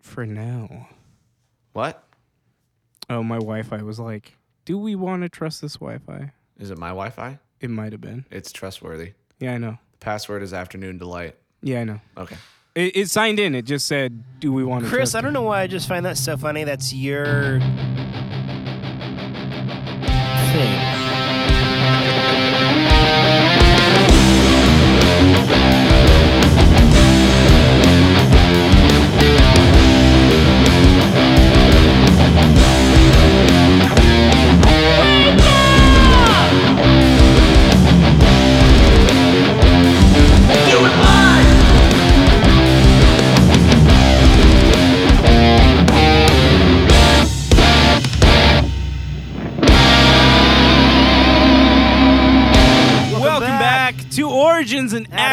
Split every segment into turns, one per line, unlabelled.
for now.
What?
Oh, my Wi Fi was like, do we want to trust this Wi Fi?
Is it my Wi Fi?
It might have been.
It's trustworthy.
Yeah, I know.
The password is afternoon delight.
Yeah, I know.
Okay.
It, it signed in. It just said, do we want to
Chris,
trust
I don't know why I just find that so funny. That's your thing.
Welcome, back. to Origins and
Adaptations.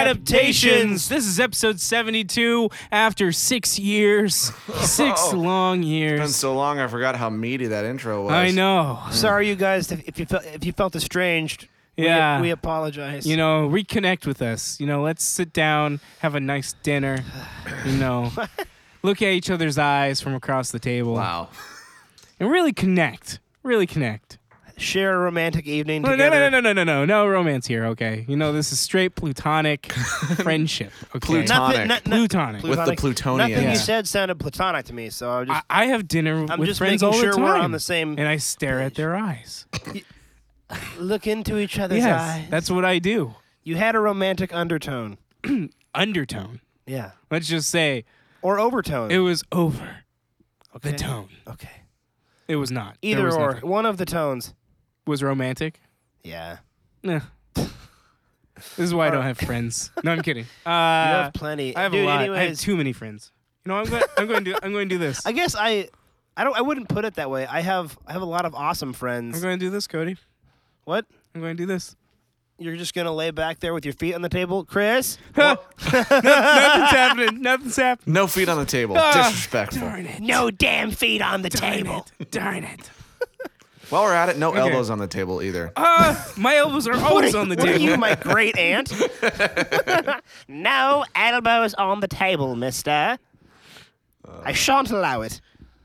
Adaptations. This is episode 72 after six years, six long
It's been
years.
so long, I forgot how meaty that intro was.
I know.
Sorry, you guys, if, if you felt if you felt estranged. we-
Yeah.
we, apologize.
You know, reconnect with us. You know, let's sit down, have a nice dinner. You know, look at each other's eyes from across the table.
Wow.
And really connect. Really connect.
share a romantic evening
No, no,
together.
no, no, no, no, no, no romance here, okay? You know, this is straight platonic friendship, okay?
Pluton-
Nothing,
Platonic.
no- no-
Plutonic.
With the Plutonians.
Nothing
Yeah.
you said sounded platonic to me, so I'm
I,
just
I have dinner
I'm
with
just
friends
making
all the
sure
time.
we're on the same
And I stare at their eyes.
look into each other's
yes,
eyes.
that's what I do.
you had a romantic undertone.
Undertone.
Yeah.
Let's just say
Or overtone.
it was over
okay.
the tone.
Okay.
It was not. There
Either
was
or.
nothing.
One of the tones.
was romantic.
Yeah.
Nah. This is why I don't have friends. No, I'm kidding. Uh,
You have plenty.
I have
Dude,
a lot.
Anyways,
I have too many friends. You know, I'm going. I'm going to. Do, I'm going to do this.
I guess I, I don't. I wouldn't put it that way. I have. I have a lot of awesome
I'm
friends.
going to do this, Cody.
What?
I'm going to do this.
You're just gonna lay back there with your feet on the table, Chris?
Nothing's happening. Nothing's happening.
No feet on the table.
Ah.
Disrespectful.
Darn it.
No damn feet on the
Darn it. Darn it.
While we're at it, no elbows on the table either.
Uh, my elbows are always on the
What are
table.
you, my great aunt? no elbows on the table, Mister.
Uh.
I shan't allow it.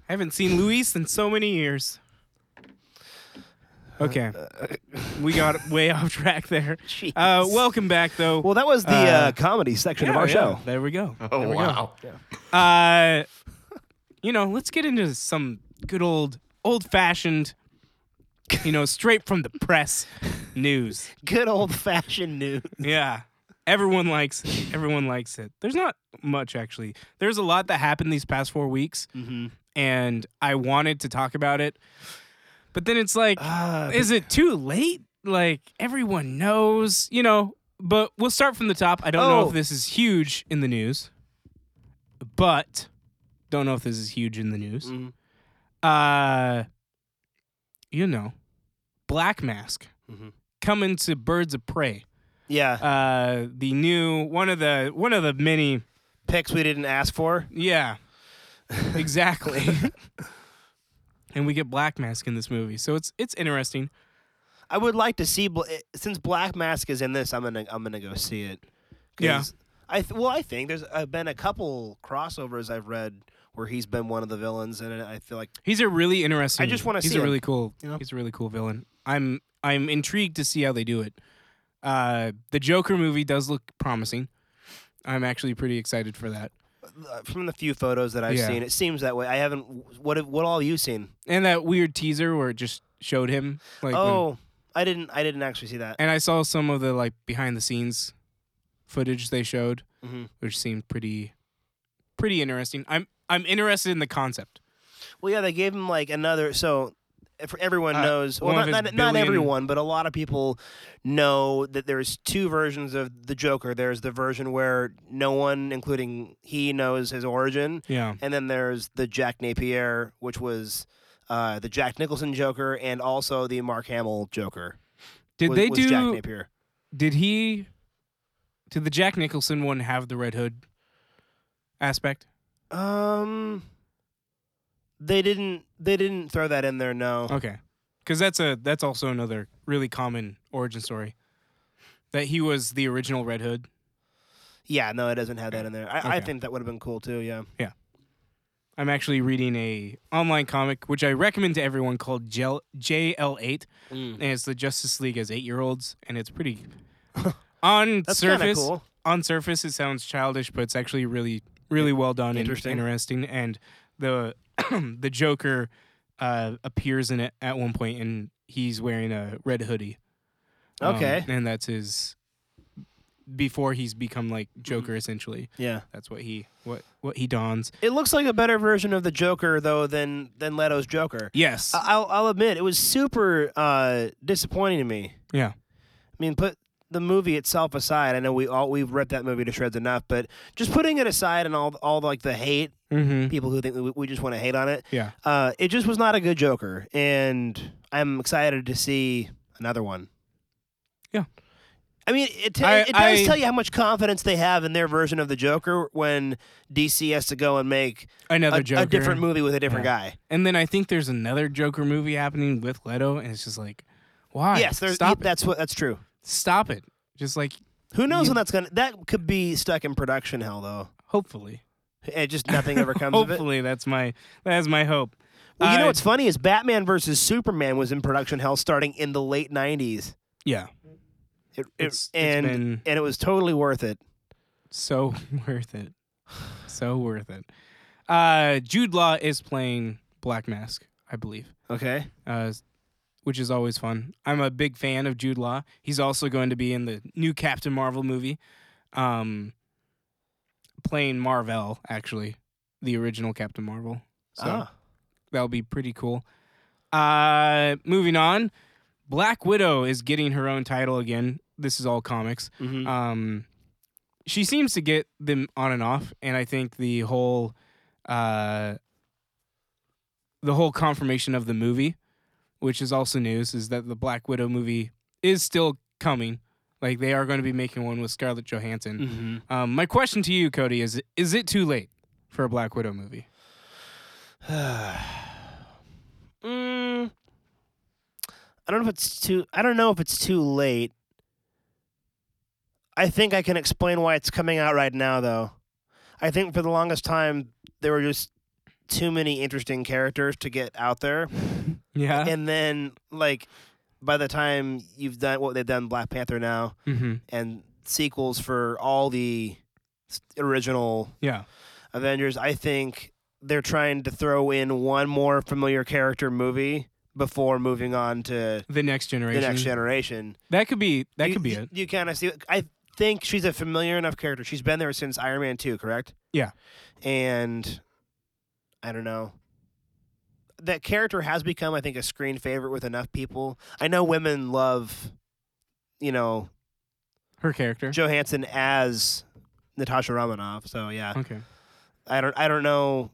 I haven't seen Luis in so many years.
Uh,
Okay, we got way off track there.
Jeez.
Uh, welcome back, though.
Well, that was the uh, comedy section of our show.
There we go.
oh,
we go.
wow.
Uh, you know, let's get into some good old, old-fashioned, you know, straight from the press news.
Good old fashioned news.
Yeah. Everyone likes it. Everyone likes it. There's not much actually. There's a lot that happened these past four weeks, and I wanted to talk about it, but then it's like,
Ah,
is it too late? Like everyone knows, you know. But we'll start from the top. I don't know
Oh.
if this is huge in the news, but don't know if this is huge in the news.
Mhm.
Uh, you know, Black Mask
Mhm.
coming to Birds of Prey
Yeah,
uh the new one of the one of the many
picks we didn't ask for.
yeah exactly and we get black mask in this movie so it's it's interesting
I would like to see Bla- eh, since Black Mask is in this, I'm gonna I'm gonna go see it. 'Cause
Yeah.
I th- well, I think there's uh, been a couple crossovers I've read where he's been one of the villains, and I feel like
he's a really interesting
I just wanna
he's
see
a
him,
really cool
you know?
he's a really cool villain i'm i'm intrigued to see how they do it uh the joker movie does look promising i'm actually pretty excited for that
uh, from the few photos that I've
Yeah.
seen, it seems that way. I haven't. What have, what all have you seen?
and that weird teaser where it just showed him like when-
oh, I didn't I didn't actually see that.
and i saw some of the like behind the scenes footage they showed
Mhm.
which seemed pretty pretty interesting. I'm I'm interested in the concept.
Well, yeah, they gave him like another. So if everyone
Uh,
knows. Well,
one of
not,
his
not, not
billion-
everyone, but a lot of people know that there's two versions of the Joker. There's the version where no one, including he, knows his origin,
Yeah.
and then there's the Jack Napier, which was uh, the Jack Nicholson Joker, and also the Mark Hamill Joker.
Did
was,
they
was Jack
do
Napier?
did he did the Jack Nicholson one have the Red Hood aspect?
Um, they didn't. They didn't throw that in there. No.
Okay. Cuz that's a that's also another really common origin story that he was the original Red Hood.
Yeah, no, it doesn't have that in there. I, I
Okay.
think that would have been cool too. Yeah.
I'm actually reading a online comic which I recommend to everyone called JL- JL8,
Mm.
and it's the Justice League as eight year olds, and it's pretty. on
That's kinda
surface,
cool.
on surface, it sounds childish, but it's actually really, really well done
Interesting.
and interesting. And the the Joker uh, appears in it at one point, and he's wearing a red hoodie. Um,
Okay.
and that's his before he's become like
Mm.
Joker essentially.
Yeah.
That's what he what what he dons.
It looks like a better version of the Joker though than than Leto's Joker.
Yes.
I- I'll I'll admit it was super uh, disappointing to me.
yeah.
I mean, put the movie itself aside. I know we all we've ripped that movie to shreds enough, but just putting it aside and all all like the hate
Mm-hmm.
people who think we, we just want to hate on it.
Yeah.
Uh, it just was not a good Joker, and I'm excited to see another one.
Yeah.
I mean, it, t-
I-
it does
I-
tell you how much confidence they have in their version of the Joker when DC has to go and make
Another
a,
Joker.
a different movie with a different
Yeah.
guy.
And then I think there's another Joker movie happening with Leto, and it's just like, why?
yes, there's, e
stop it.
that's what that's true.
Stop it. Just like
Who knows
You-
when that's gonna? That could be stuck in production hell though.
hopefully,
It just nothing ever comes of it.
hopefully that's my that's my hope. Uh,
Well, you know
I-
what's funny is Batman versus Superman was in production hell starting in the late '90s.
yeah,
It, it-
It's- it's
and
been-
and it was totally worth it.
so worth it, so worth it. Uh, Jude Law is playing Black Mask, I believe.
Okay.
uh, which is always fun. I'm a big fan of Jude Law. He's also going to be in the new Captain Marvel movie, um, playing Marvel, actually, the original Captain Marvel. So
Ah.
that'll be pretty cool. Uh, moving on, Black Widow is getting her own title again. This is all comics.
Mhm.
Um, she seems to get them on and off, and I think the whole, uh, the whole confirmation of the movie, which is also news, is that the Black Widow movie is still coming. Like they are going to be making one with Scarlett Johansson. Um, my question to you, Cody, is: Is it too late for a Black Widow movie?
Mm, I don't know if it's too. I don't know if it's too late. I think I can explain why it's coming out right now, though. I think for the longest time there were just too many interesting characters to get out there,
Yeah.
and then like by the time you've done what they've done, Black Panther now
hmm
and sequels for all the s- original
Yeah.
Avengers, I think they're trying to throw in one more familiar character movie before moving on to
The next generation.
the next generation.
That could be. That
You-
could be
you,
it.
You kind of see. I think she's a familiar enough character. She's been there since Iron Man two, correct?
Yeah.
And I don't know. That character has become, I think, a screen favorite with enough people. I know women love, you know,
Her character.
Johansson as Natasha Romanoff. So yeah.
Okay.
I don't I don't know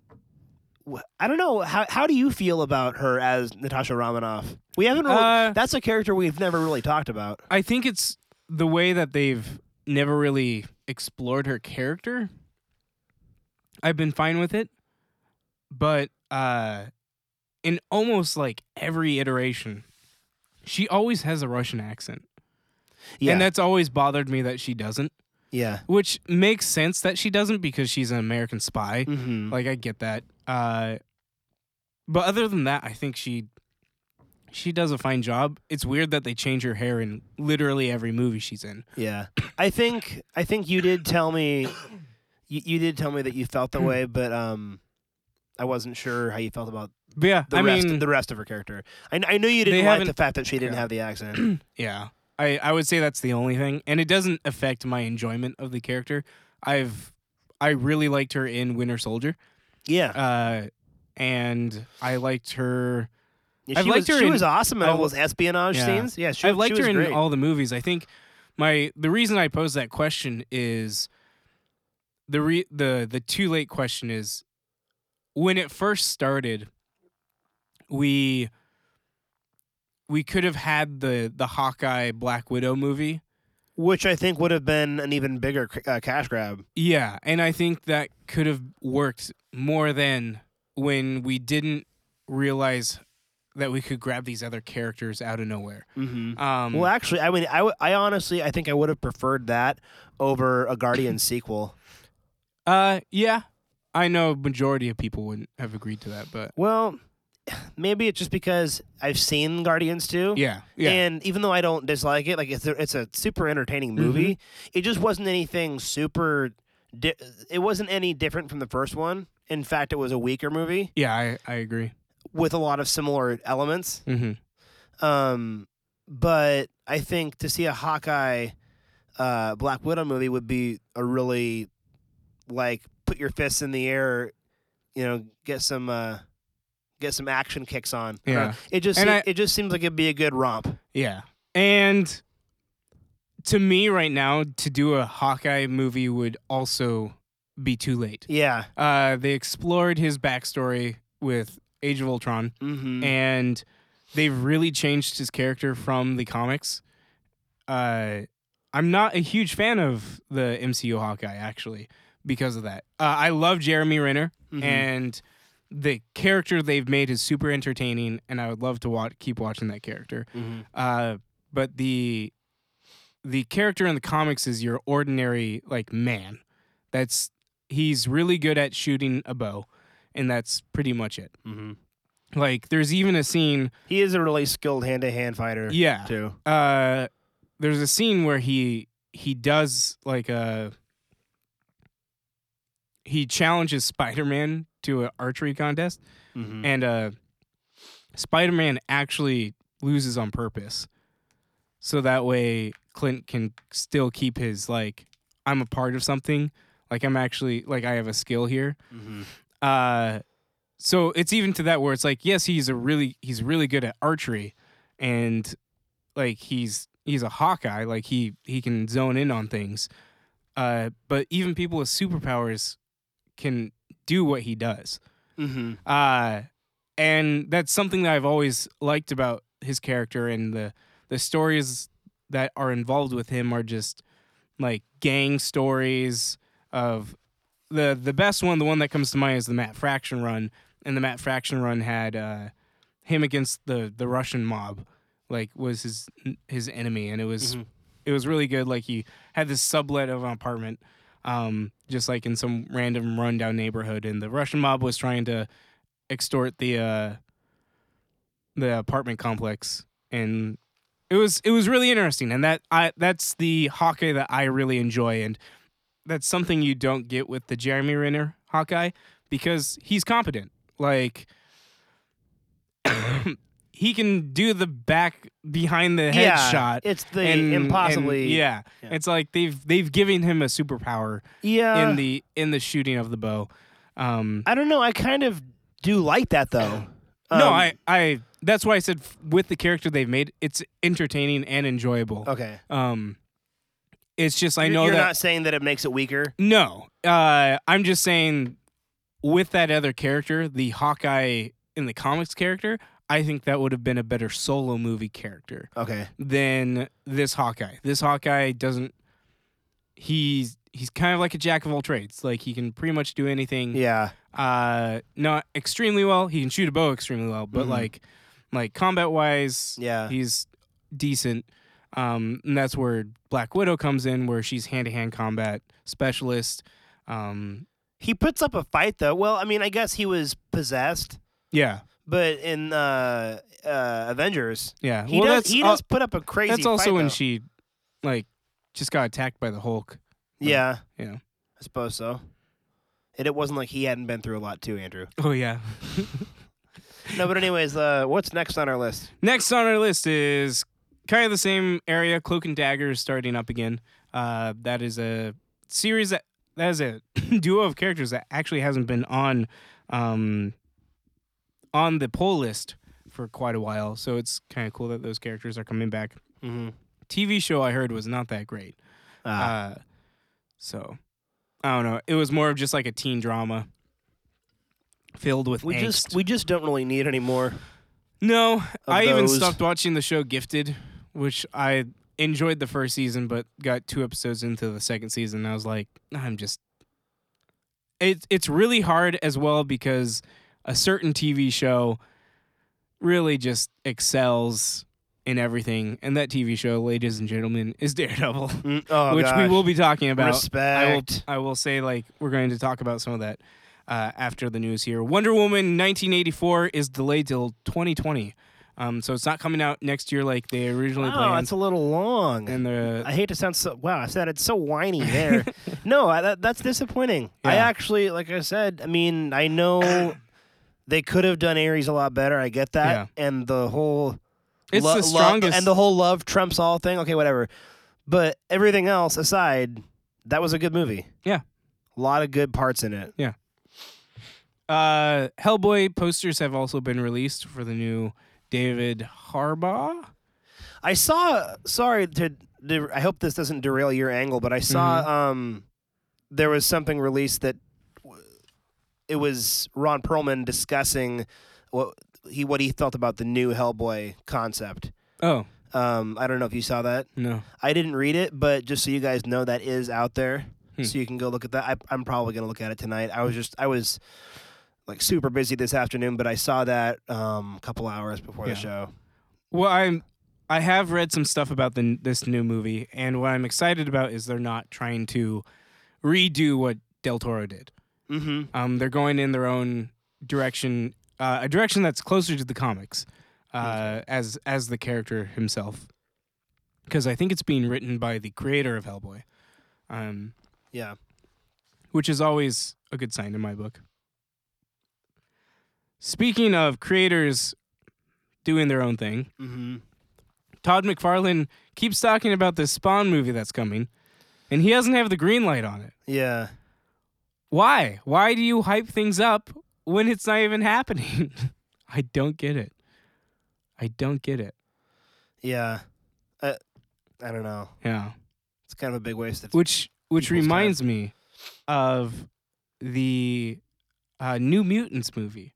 wh- I don't know how how do you feel about her as Natasha Romanoff? We haven't really,
Uh,
that's a character we've never really talked about.
I think it's the way that they've never really explored her character. I've been fine with it, but uh, in almost like every iteration, she always has a Russian accent,
Yeah.
and that's always bothered me that she doesn't.
yeah.
Which makes sense that she doesn't because she's an American spy.
Mm-hmm.
Like I get that. Uh, but other than that, I think she she does a fine job. It's weird that they change her hair in literally every movie she's in.
Yeah. I think I think you did tell me you, you did tell me that you felt
Hmm.
that way, but um I wasn't sure how you felt about
But yeah,
the
I
rest
mean,
the rest of her character. I, I knew you
They
didn't like
haven't-
the fact that she didn't
yeah.
have the accent.
yeah, I I would say that's the only thing, and it doesn't affect my enjoyment of the character. I've I really liked her in Winter Soldier,
yeah.
uh, and I liked her.
Yeah,
I've
she
liked
was,
her
she
in-
was awesome in
I
all
w-
those espionage
Yeah.
scenes. Yeah, she,
I've liked
she
her in
was great.
all the movies. I think my the reason I posed that question is the re, the the too late question is when it first started we we could have had the the Hawkeye Black Widow movie.
which I think would have been an even bigger c- uh, cash grab.
Yeah, and I think that could have worked more than when we didn't realize that we could grab these other characters out of nowhere.
Mm-hmm.
Um,
Well, actually, I mean, I, w- I honestly, I think I would have preferred that over a Guardian sequel.
Uh, yeah. I know majority of people wouldn't have agreed to that, but
Well, maybe it's just because I've seen Guardians too.
yeah, yeah,
And even though I don't dislike it, like it's a, it's a super entertaining
Mm-hmm.
movie. It just wasn't anything super. Di- it wasn't any different from the first one. In fact, it was a weaker movie
yeah. I, I agree.
with a lot of similar elements.
hmm
Um, but I think to see a Hawkeye, uh, Black Widow movie would be a really, like, put your fists in the air, you know, get some, uh, get some action kicks on. I don't
Yeah.
know. It just
And
se-
I-
it just seems like it'd be a good romp.
Yeah. And to me right now, to do a Hawkeye movie would also be too late.
Yeah.
Uh, they explored his backstory with Age of Ultron,
Mm-hmm.
and they've really changed his character from the comics. Uh, I'm not a huge fan of the MCU Hawkeye, actually, because of that. Uh, I love Jeremy Renner,
Mhm.
and the character they've made is super entertaining, and I would love to watch, keep watching that character.
hmm
Uh, but the the character in the comics is your ordinary like man. That's he's really good at shooting a bow, and that's pretty much it.
hmm
Like there's even a scene,
He is a really skilled hand to hand fighter
yeah.
too.
Uh, there's a scene where he he does like a he challenges Spider-Man to an archery contest,
Mm-hmm.
and uh, Spider-Man actually loses on purpose, so that way Clint can still keep his like I'm a part of something, like I'm actually like I have a skill here.
hmm
Uh, so it's even to that where it's like yes he's a really he's really good at archery, and like he's he's a Hawkeye like he he can zone in on things, uh, but even people with superpowers can do what he does.
hmm
Uh, and that's something that I've always liked about his character and the the stories that are involved with him are just like gang stories of the the best one, the one that comes to mind is the Matt Fraction run, and the Matt Fraction run had uh, him against the the Russian mob, like was his his enemy, and it was
Mhm.
it was really good. Like he had this sublet of an apartment, um, just like in some random rundown neighborhood, and the Russian mob was trying to extort the uh, the apartment complex, and it was it was really interesting. And that I that's the Hawkeye that I really enjoy, and that's something you don't get with the Jeremy Renner Hawkeye because he's competent. Like. He can do the back behind the head
yeah,
shot
It's the
and- and-
impossibly.
yeah.
yeah. Uh,
it's like they've they've given him a superpower
Yeah.
in the in the shooting of the bow. Um,
I don't know. I kind of do like that though.
no,
Um,
I I that's why I said f- with the character they've made, it's entertaining and enjoyable.
Okay.
Um, it's just I
You're-
know
you're
that
not saying that it makes it weaker.
no, uh, I'm just saying with that other character, the Hawkeye in the comics character, I think that would have been a better solo movie character.
Okay.
than this Hawkeye. This Hawkeye doesn't. He's he's kind of like a jack of all trades. Like he can pretty much do anything.
Yeah.
Uh, not extremely well. He can shoot a bow extremely well, but
Mhm.
like, like combat wise,
Yeah.
he's decent. Um, and that's where Black Widow comes in, where she's hand to hand combat specialist. Um,
He puts up a fight though. Well, I mean, I guess he was possessed,
yeah,
but in uh, uh, Avengers,
yeah.
he
well,
does
that's
he
al-
does put up a crazy.
that's also
fight,
when
though.
she, like, just got attacked by the Hulk.
Yeah.
Yeah.
I suppose so. And it wasn't like he hadn't been through a lot too, Andrew.
Oh yeah.
No, but anyways, uh, what's next on our list?
Next on our list is kind of the same area. Cloak and Dagger is starting up again. Uh, that is a series that that is a duo of characters that actually hasn't been on um, on the poll list for quite a while. So it's kind of cool that those characters are coming back.
Mm-hmm.
TV show I heard was not that great.
Ah.
Uh, so I don't know. It was more of just like a teen drama filled with
we
angst.
just we just don't really need anymore.
No, I even
those.
stopped watching the show Gifted, which I enjoyed the first season, but got two episodes into the second season. And I was like, I'm just. It, it's really hard as well because a certain TV show really just excels in everything. And that TV show, ladies and gentlemen, is Daredevil,
Mm, oh,
which we
gosh.
will be talking about. I will,
respect.
I will say, like, we're going to talk about some of that. uh, after the news here. Wonder Woman 1984 is delayed till 2020. Um, so it's not coming out next year like they originally
Wow,
planned.
that's a little long.
and the
I hate to sound so wow. I sounded so whiny there. no, I, that, that's disappointing. I
Yeah.
actually, like I said, I mean, I know they could have done Aries a lot better. I get that, and the whole
it's
lo-
the
lo-
strongest.
and the whole love trumps all thing. Okay, whatever. But everything else aside, that was a good movie.
Yeah.
a lot of good parts in it.
Uh, Hellboy posters have also been released for the new David Harbaugh.
I saw. Sorry to. to- I hope this doesn't derail your angle, but I saw.
Mm-hmm.
Um, there was something released that w- it was Ron Perlman discussing what he what he felt about the new Hellboy concept.
Oh
Um, I don't know if you saw that.
no,
I didn't read it, but just so you guys know, that is out there,
Hmm.
so you can go look at that. I, I'm probably gonna look at it tonight. I was just I was like super busy this afternoon, but I saw that um, a couple hours before
Yeah.
the show.
Well, I'm I have read some stuff about the this new movie, and what I'm excited about is they're not trying to redo what Del Toro did.
Mm-hmm.
Um, they're going in their own direction, uh, a direction that's closer to the comics, uh, as as the character himself, because I think it's being written by the creator of Hellboy, um,
Yeah.
which is always a good sign in my book. Speaking of creators doing their own thing,
Mm-hmm.
Todd McFarlane keeps talking about this Spawn movie that's coming, and he doesn't have the green light on it.
Yeah.
Why? Why do you hype things up when it's not even happening? I don't get it. I don't get it.
Yeah. Uh, I don't know.
Yeah.
It's kind of a big waste of
Which which
People's
reminds me of the uh, New Mutants movie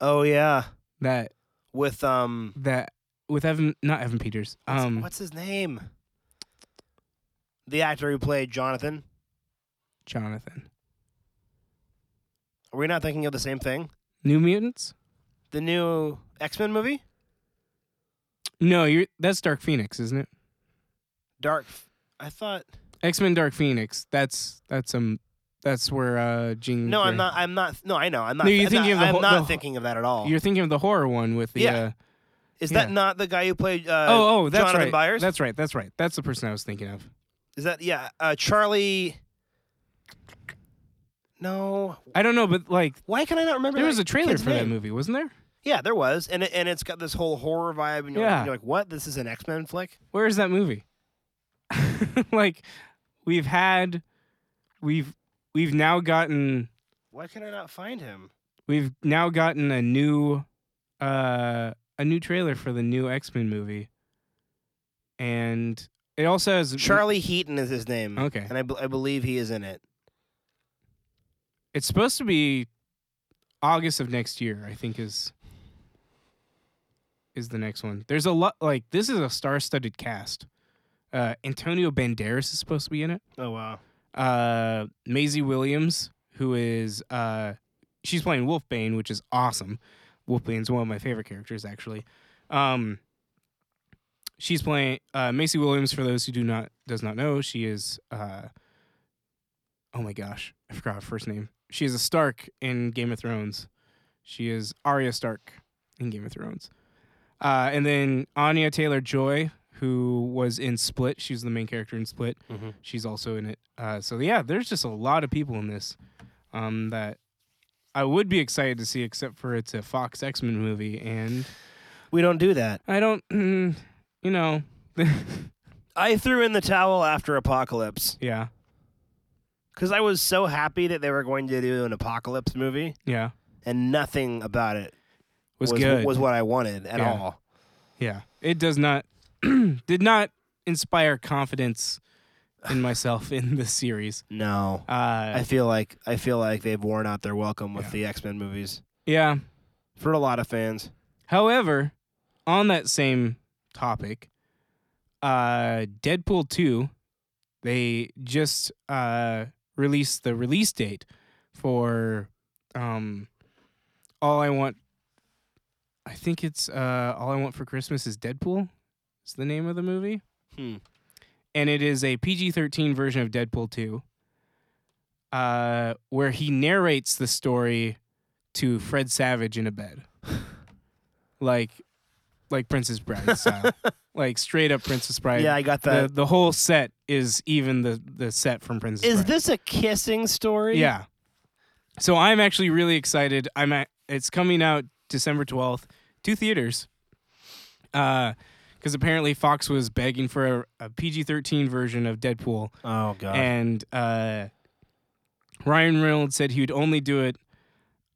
Oh yeah.
that
With um
that with Evan not Evan Peters.
what's,
Um
what's his name? The actor who played Jonathan.
Jonathan.
Are we not thinking of the same thing?
New Mutants?
The new X-Men movie?
No, you're that's Dark Phoenix, isn't it?
Dark F- I thought
X-Men Dark Phoenix. That's that's um that's where uh Jean
No, I'm
Grey-
not I'm not no, I know. I'm not
No, you're
I'm
thinking
not,
of the
I'm
whole-
not
the wh-
thinking of that at all.
You're thinking of the horror one with the
Yeah.
uh,
Is that
yeah.
not the guy who played uh
oh, oh, that's
Jonathan
right.
Byers?
That's right. That's right. That's the person I was thinking of.
Is that yeah, uh Charlie No.
I don't know, but like
Why can I not remember
there
that
was a trailer
kid's
for that
name?
movie, wasn't there?
Yeah, there was, and it, and it's got this whole horror vibe, and you're,
Yeah.
like, you're like, "What? This is an X Men flick?"
Where is that movie? like we've had we've we've now gotten
Why can I not find him?
we've now gotten a new uh a new trailer for the new X-Men movie. And it also has
Charlie Heaton is his name.
Mm-hmm. Okay.
and I, bel- I believe he is in it.
It's supposed to be August of next year, I think is is the next one. There's a lot like this is a star-studded cast. Uh Antonio Banderas is supposed to be in it.
Oh wow,
Uh Maisie Williams, who is uh she's playing Wolfbane, which is awesome. Wolfbane's one of my favorite characters actually. Um she's playing uh Macy Williams for those who do not does not know, she is uh oh my gosh, I forgot her first name. She is a Stark in Game of Thrones. She is Arya Stark in Game of Thrones. Uh, and then Anya Taylor Joy, who was in Split, she's the main character in Split.
Mhm.
She's also in it. Uh, so yeah, there's just a lot of people in this um, that I would be excited to see, except for it's a Fox X Men movie, and
we don't do that.
I don't, mm, you know,
I threw in the towel after Apocalypse
yeah,
because I was so happy that they were going to do an Apocalypse movie,
yeah,
and nothing about it
was, good.
was what I wanted at
Yeah.
all.
Yeah, it does not did not inspire confidence in myself in this series.
No, I
Uh,
feel like I feel like they've worn out their welcome with
Yeah.
the X Men movies
yeah.
for a lot of fans.
However, on that same topic, uh, Deadpool two, they just uh, released the release date for um, all I want. I think it's uh, all I want for Christmas is Deadpool. Is the name of the movie?
Hmm.
and it is a PG-13 version of Deadpool 2. uh, where he narrates the story to Fred Savage in a bed, like, like Princess Bride style, like straight up Princess Bride.
Yeah, I got
the
that.
the whole set is even the the set from Princess.
Is
Bride.
this a kissing story?
Yeah. So I'm actually really excited. I'm at, it's coming out December 12th, two theaters. Uh because apparently Fox was begging for a, a PG-13 version of Deadpool
Oh god.
and uh Ryan Reynolds said he would only do it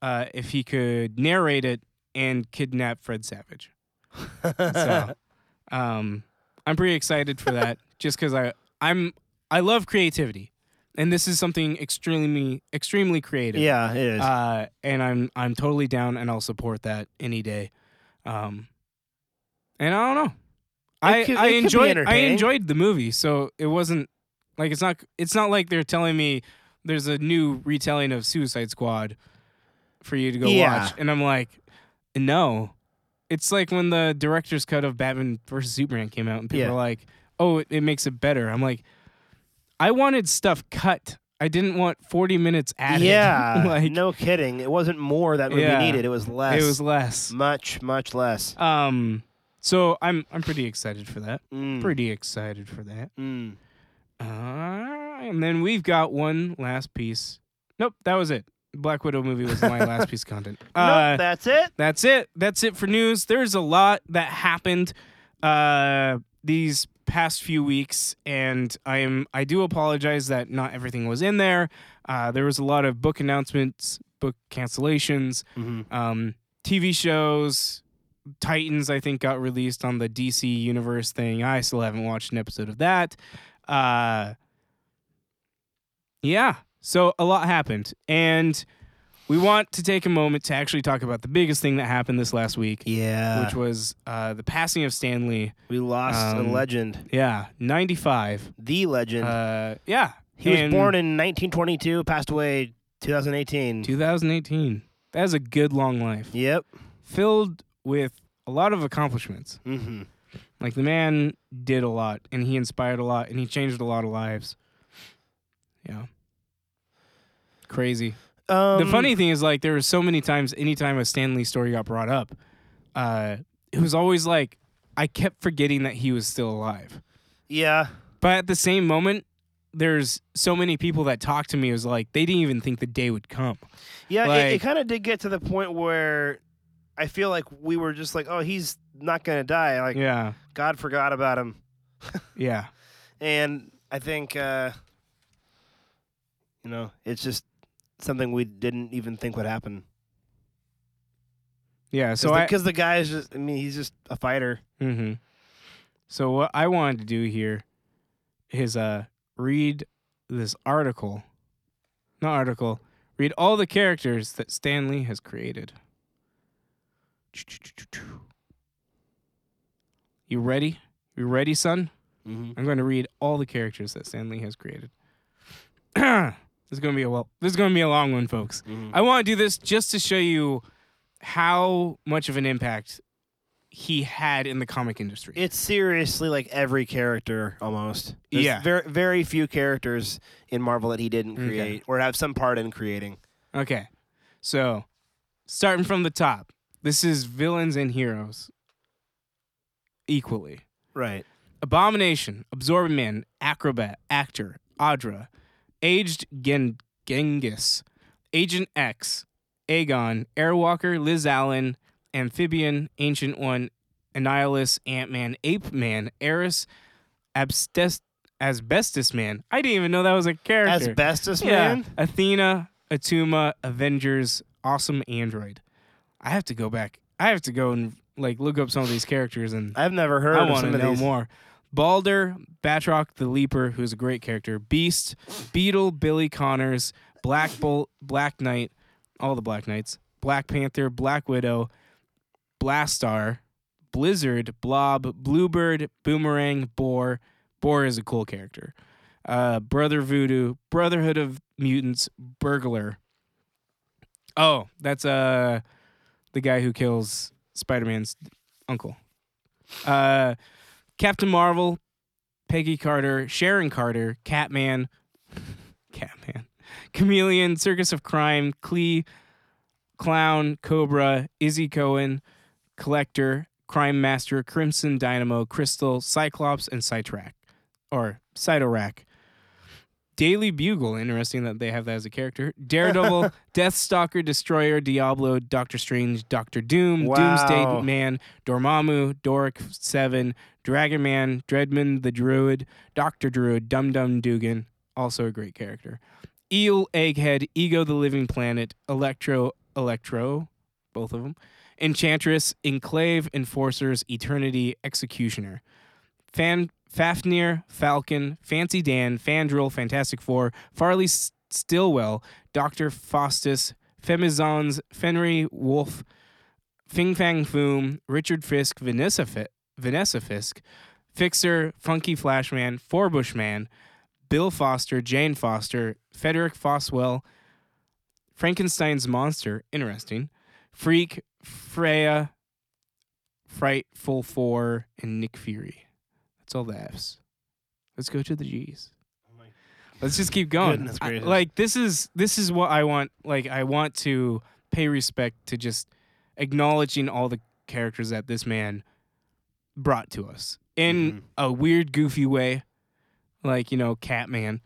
uh if he could narrate it and kidnap Fred Savage. So um I'm pretty excited for that just cuz I I'm I love creativity and this is something extremely extremely creative.
yeah, it is.
Uh, and I'm I'm totally down, and I'll support that any day. Um, and I don't know. I
could-
I
it could be
enjoyed I
entertaining.
enjoyed the movie, so it wasn't like it's not it's not like they're telling me there's a new retelling of Suicide Squad for you to go
Yeah.
watch, and I'm like, no. It's like when the director's cut of Batman versus Superman came out, and people
Yeah.
were like, "Oh, it, it makes it better." I'm like, I wanted stuff cut. I didn't want 40 minutes added.
yeah,
like
no kidding. It wasn't more that movie
Yeah.
needed. It was less.
it was less.
much, much less.
Um, so I'm I'm pretty excited for that.
Mm,
Uh, Pretty excited for that.
mm.
Uh, and then we've got one last piece. Nope, that was it. Black Widow movie was my last piece of content. Uh,
nope, that's it.
that's it. That's it for news. There's a lot that happened uh, these past few weeks, and I am I do apologize that not everything was in there. Uh, there was a lot of book announcements, book cancellations,
Mhm.
um, TV shows. Titans, I think, got released on the DC Universe thing. I still haven't watched an episode of that. Uh, yeah, so a lot happened, and we want to take a moment to actually talk about the biggest thing that happened this last week,
Yeah,
which was uh, the passing of Stanley.
we lost a
um,
legend,
Yeah, ninety-five.
the legend.
Uh, yeah,
he was born in 1922, passed away 2018.
2018. That is a good long life,
Yep.
filled with a lot of accomplishments.
hmm
Like the man did a lot and he inspired a lot and he changed a lot of lives. Yeah. Crazy.
Um,
the funny thing is like there were so many times anytime a Stanley story got brought up, uh, it was always like I kept forgetting that he was still alive.
Yeah.
But at the same moment, there's so many people that talked to me it was like they didn't even think the day would come.
Yeah, it, it
Like-
kind of did get to the point where I feel like we were just like, oh, he's not going to die. Like,
Yeah.
God forgot about him.
Yeah.
And I think, uh, you know, it's just something we didn't even think would happen.
Yeah.
So
So I
Because the, guy is just, I mean, he's just a fighter.
Mm-hmm. So what I wanted to do here is uh read this article, not article, read all the characters that Stanley has created. You ready? You ready, son?
Mm-hmm.
I'm going to read all the characters that Stanley has created. this is going to be a well. This is going to be a long one, folks.
Mhm.
Mm-hmm. I want to do this just to show you how much of an impact he had in the comic industry.
It's seriously like every character almost. There's
Yeah. Mm-hmm.
Very, very few characters in Marvel that he didn't
Okay.
create or have some part in creating.
Okay. So, starting from the top, this is villains and heroes equally.
Right.
Abomination, Absorbing Man, Acrobat, Actor, Audra, Aged Gen- Genghis, Agent X, Aegon, Airwalker, Liz Allen, Amphibian, Ancient One, Annihilus, Ant Man, Ape Man, Eris, Abstes- Asbestos Man. I didn't even know that was a character.
Asbestos
Yeah.
Man?
Athena, Atuma, Avengers, Awesome Android. I have to go back. I have to go and like look up some of these characters and
I've never heard
I
of
want
some
to
of
know
these.
more. Balder, Batroc the Leaper, who's a great character. Beast, Beetle, Billy Connors, Black Bolt, Black Knight, all the Black Knights, Black Panther, Black Widow, Blastar, Blizzard, Blob, Bluebird, Boomerang, Boar. Boar is a cool character. Uh, Brother Voodoo, Brotherhood of Mutants, Burglar. Oh, that's uh the guy who kills Spider-Man's uncle. Uh, Captain Marvel, Peggy Carter, Sharon Carter, Catman, Catman, Chameleon, Circus of Crime, Klee, Clown, Cobra, Izzy Cohen, Collector, Crime Master, Crimson Dynamo, Crystal, Cyclops, and Cytrack. Or Cytorack. Daily Bugle, interesting that they have that as a character. Daredevil, Deathstalker, Destroyer, Diablo, Doctor Strange, Doctor Doom,
Wow.
Doomsday Man, Dormammu, Doric Seven, Dragon Man, Dreadman the Druid, Doctor Druid, Dum Dum Dugan, also a great character. Eel, Egghead, Ego the Living Planet, Electro, Electro, both of them. Enchantress, Enclave, Enforcers, Eternity, Executioner. Fan, Fafnir, Falcon, Fancy Dan, Fandral, Fantastic Four, Farley S- Stillwell, Dr. Faustus, Femizons, Fenry, Wolf, Fing Fang Foom, Richard Fisk, Vanessa, Fi- Vanessa Fisk, Fixer, Funky Flashman, Forbushman, Bill Foster, Jane Foster, Frederick Foswell, Frankenstein's Monster, interesting, Freak, Freya, Frightful Four, and Nick Fury. That's all the F's. Let's go to the G's. Let's just keep going.
Goodness
I-
gracious.
like this is this is what I want. Like I want to pay respect to just acknowledging all the characters that this man brought to us in
Mhm.
a weird, goofy way, like you know, Catman,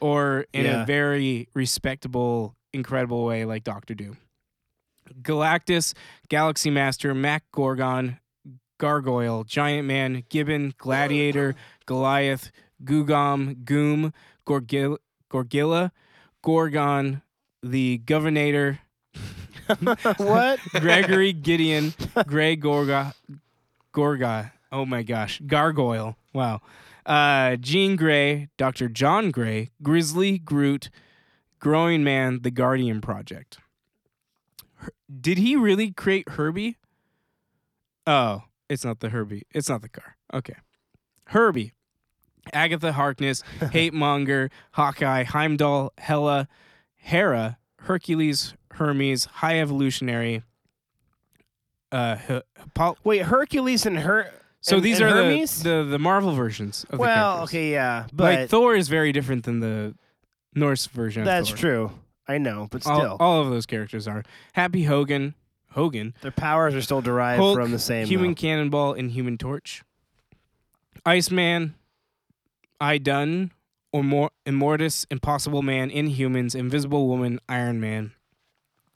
or in
Yeah.
a very respectable, incredible way, like Doctor Doom. Galactus, Galaxy Master, Mac Gorgon, Gargoyle, Giant Man, Gibbon, Gladiator, Goliath, Gugom, Goom, Gorgil- Gorgilla, Gorgon, the Governator,
what?
Gregory Gideon, Grey Gorga, Gorga. Oh my gosh, Gargoyle. Wow. Uh, Jean Grey, Dr. John Grey, Grizzly Groot, Growing Man, The Guardian Project. Her- Did he really create Herbie? Oh, it's not the Herbie. It's not the car. Okay. Herbie, Agatha Harkness, Hate Monger, Hawkeye, Heimdall, Hela, Hera, Hercules, Hermes, High Evolutionary, uh, Hi- Hippo-
Wait, Hercules and her.
so
and-
these
and
are
Hermes?
the, the the Marvel versions of the
well,
characters.
okay, yeah,
like
but
Thor is very different than the Norse version.
that's
of Thor.
true. I know, but
All,
still,
all of those characters are Happy Hogan, Hogan,
their powers are still derived
Hulk,
from the same.
Human
though.
Cannonball, and Human Torch, Iceman, I Done, or more Immortus, Impossible Man, Inhumans, Invisible Woman, Iron Man,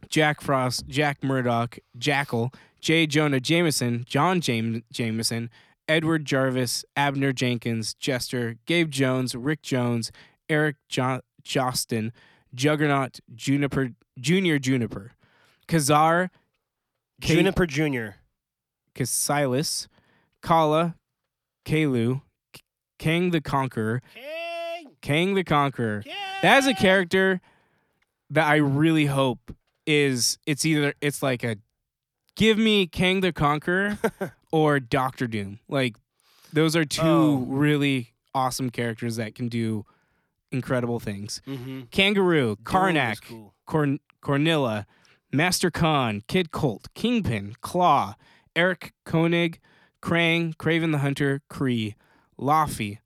Jack Frost, Jack Murdoch, Jackal, J. Jonah Jameson, John James Jameson, Edward Jarvis, Abner Jenkins, Jester, Gabe Jones, Rick Jones, Eric jo- Jostin, Juggernaut, Juniper, Junior Juniper, Kazar, Kate-
Juniper Junior.
Cassilis, Kala, Kalu, K- Kang the Conqueror, Kang the Conqueror. That is a character that I really hope is it's either it's like a give me Kang the Conqueror or Doctor Doom. Like those are two
Oh.
really awesome characters that can do incredible things.
Mm-hmm.
Kangaroo, Karnak, Corn- Cornilla, Master Khan, Kid Colt, Kingpin, Claw, Eric Koenig, Krang, Craven the Hunter, Kree, Laffy,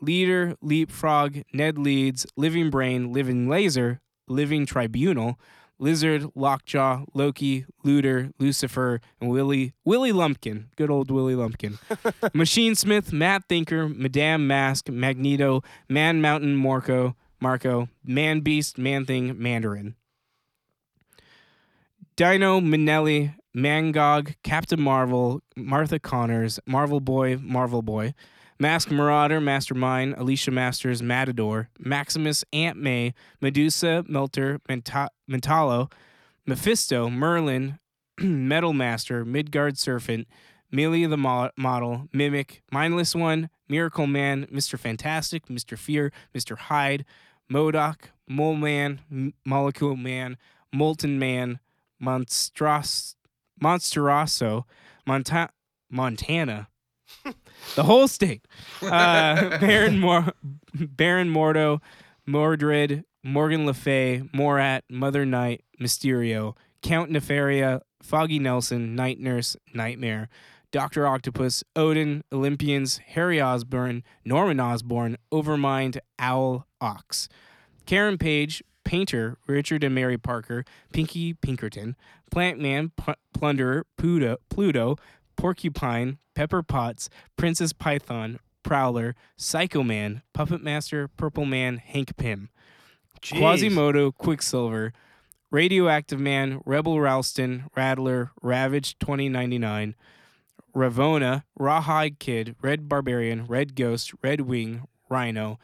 Leader, Leapfrog, Ned Leeds, Living Brain, Living Laser, Living Tribunal, Lizard, Lockjaw, Loki, Looter, Lucifer, and Willy Willy Lumpkin. Good old Willy Lumpkin. Machine Smith, Matt Thinker, Madame Mask, Magneto, Man Mountain, Morco, Marco, Man Beast, Man Thing, Mandarin. Dino Minelli, Mangog, Captain Marvel, Martha Connors, Marvel Boy, Marvel Boy, Mask Marauder, Mastermind, Alicia Masters, Matador, Maximus, Aunt May, Medusa, Melter, Menta- Mentalo, Mephisto, Merlin, Metal Master, Midgard Serpent, Millie the Mo- Model, Mimic, Mindless One, Miracle Man, Mr. Fantastic, Mr. Fear, Mr. Hyde, Modoc, Mole Man, M- Molecule Man, Molten Man, Monstros- Monsteroso, Monta- Montana, the whole state, uh, Baron, Mor- Baron Mordo, Mordred, Morgan Le Fay, Morat, Mother Knight, Mysterio, Count Nefaria, Foggy Nelson, Night Nurse, Nightmare, Doctor Octopus, Odin, Olympians, Harry Osborn, Norman Osborn, Overmind, Owl, Ox, Karen Page, painter Richard and Mary Parker, Pinky Pinkerton, Plant Man, P- Plunderer, Pluto, Pluto, Porcupine, Pepper Potts, Princess Python, Prowler, Psycho Man, Puppet Master, Purple Man, Hank Pym,
Jeez.
Quasimodo, Quicksilver, Radioactive Man, Rebel Ralston, Rattler, Ravaged 2099, Ravona, Rawhide Kid, Red Barbarian, Red Ghost, Red Wing, Rhino,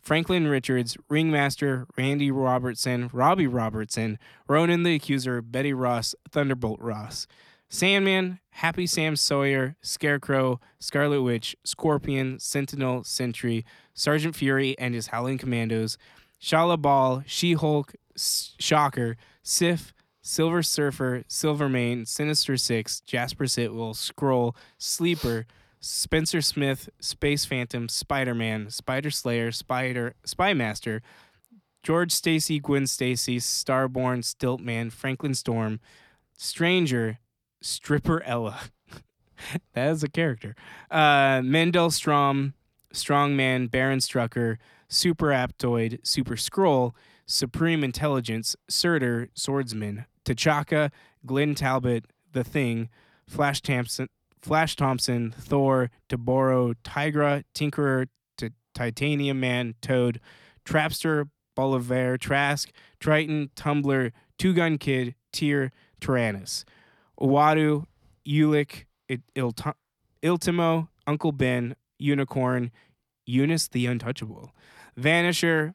Franklin Richards, Ringmaster, Randy Robertson, Robbie Robertson, Ronan the Accuser, Betty Ross, Thunderbolt Ross, Sandman, Happy Sam Sawyer, Scarecrow, Scarlet Witch, Scorpion, Sentinel, Sentry, Sergeant Fury and his Howling Commandos, Shala Ball, She Hulk, Shocker, Sif, Silver Surfer, Silvermane, Sinister Six, Jasper Sitwell, Scroll, Sleeper, Spencer Smith, Space Phantom, Spider Man, Spider Slayer, Spider Spy Master, George Stacy, Gwen Stacy, Starborn, Stiltman, Franklin Storm, Stranger, Stripper Ella. that is a character. Uh, Mendel Strom, Strongman, Baron Strucker, Super Aptoid, Super Scroll, Supreme Intelligence, Surtur, Swordsman, T'Chaka, Glenn Talbot, The Thing, Flash Thompson, Flash Thompson, Thor, Toboro, Tigra, Tinkerer, T- Titanium Man, Toad, Trapster, Bolivar, Trask, Triton, Tumbler, Two Gun Kid, Tyr, Tyrannus, Owadu, Ulick, I- Ilta- Iltimo, Uncle Ben, Unicorn, Eunice the Untouchable, Vanisher,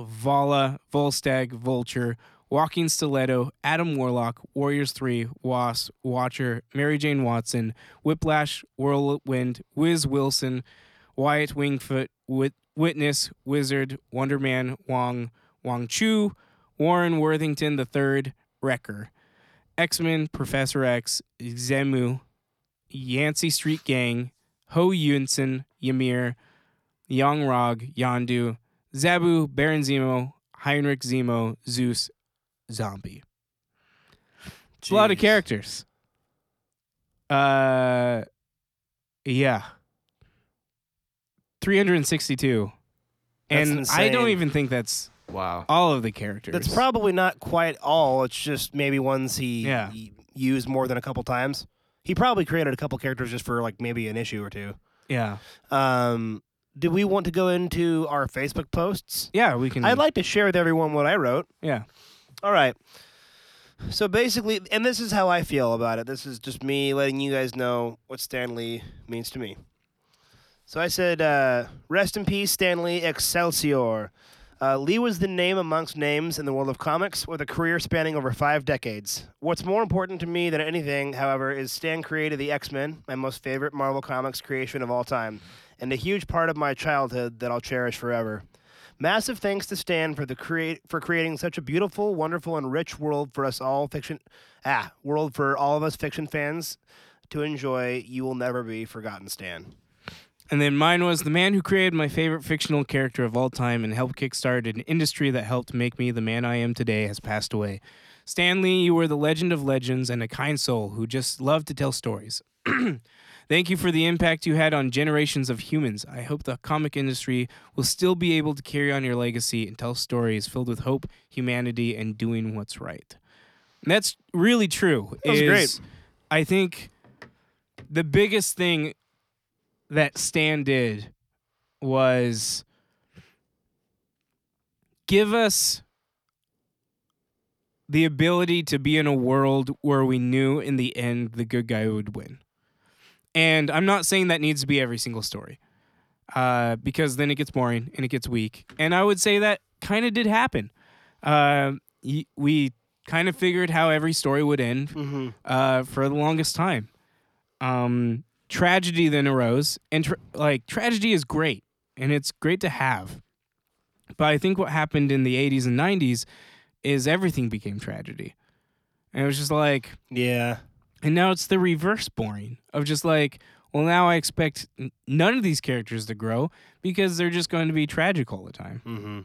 Vala, Volstagg, Vulture, Walking Stiletto, Adam Warlock, Warriors 3, Wasp, Watcher, Mary Jane Watson, Whiplash, Whirlwind, Wiz Wilson, Wyatt Wingfoot, Wit- Witness, Wizard, Wonder Man, Wong, Wong Chu, Warren Worthington III, Wrecker, X Men, Professor X, Zemu, Yancey Street Gang, Ho Yunsen, Ymir, Young Rog, Yondu, Zabu, Baron Zemo, Heinrich Zemo, Zeus, Zombie. It's a lot of
Jeez.
characters. Uh, yeah. 362.
That's
and I don't
insane.
even think that's
Wow.
all of the characters.
That's probably not quite all. It's just maybe ones he,
Yeah.
he used more than a couple times. He probably created a couple characters just for like maybe an issue or two.
Yeah.
Um, do we want to go into our Facebook posts?
Yeah, we can.
I'd like to share with everyone what I wrote.
Yeah.
All right. So basically, and this is how I feel about it. This is just me letting you guys know what Stan Lee means to me. So I said, uh, rest in peace, Stan Lee Excelsior. Uh, Lee was the name amongst names in the world of comics with a career spanning over five decades. What's more important to me than anything, however, is Stan created the X Men, my most favorite Marvel Comics creation of all time, and a huge part of my childhood that I'll cherish forever. Massive thanks to Stan for the create for creating such a beautiful, wonderful, and rich world for us all fiction ah world for all of us fiction fans to enjoy. You will never be forgotten, Stan.
And then mine was the man who created my favorite fictional character of all time and helped kickstart an industry that helped make me the man I am today has passed away. Stanley, you were the legend of legends and a kind soul who just loved to tell stories. Thank you for the impact you had on generations of humans. I hope the comic industry will still be able to carry on your legacy and tell stories filled with hope, humanity, and doing what's right. And that's really true.
That was great.
is I think the biggest thing that Stan did was give us the ability to be in a world where we knew in the end the good guy would win. And I'm not saying that needs to be every single story, uh, because then it gets boring and it gets weak. And I would say that kind of did happen. Uh, y- we kind of figured how every story would end
Mm-hmm.
uh, for the longest time. Um, tragedy then arose, and tr like tragedy is great, and it's great to have. But I think what happened in the '80s and '90s is everything became tragedy, and it was just like,
Yeah.
and now it's the reverse boring of just like, well, now I expect n- none of these characters to grow because they're just going to be tragic all the time
Mm-hmm.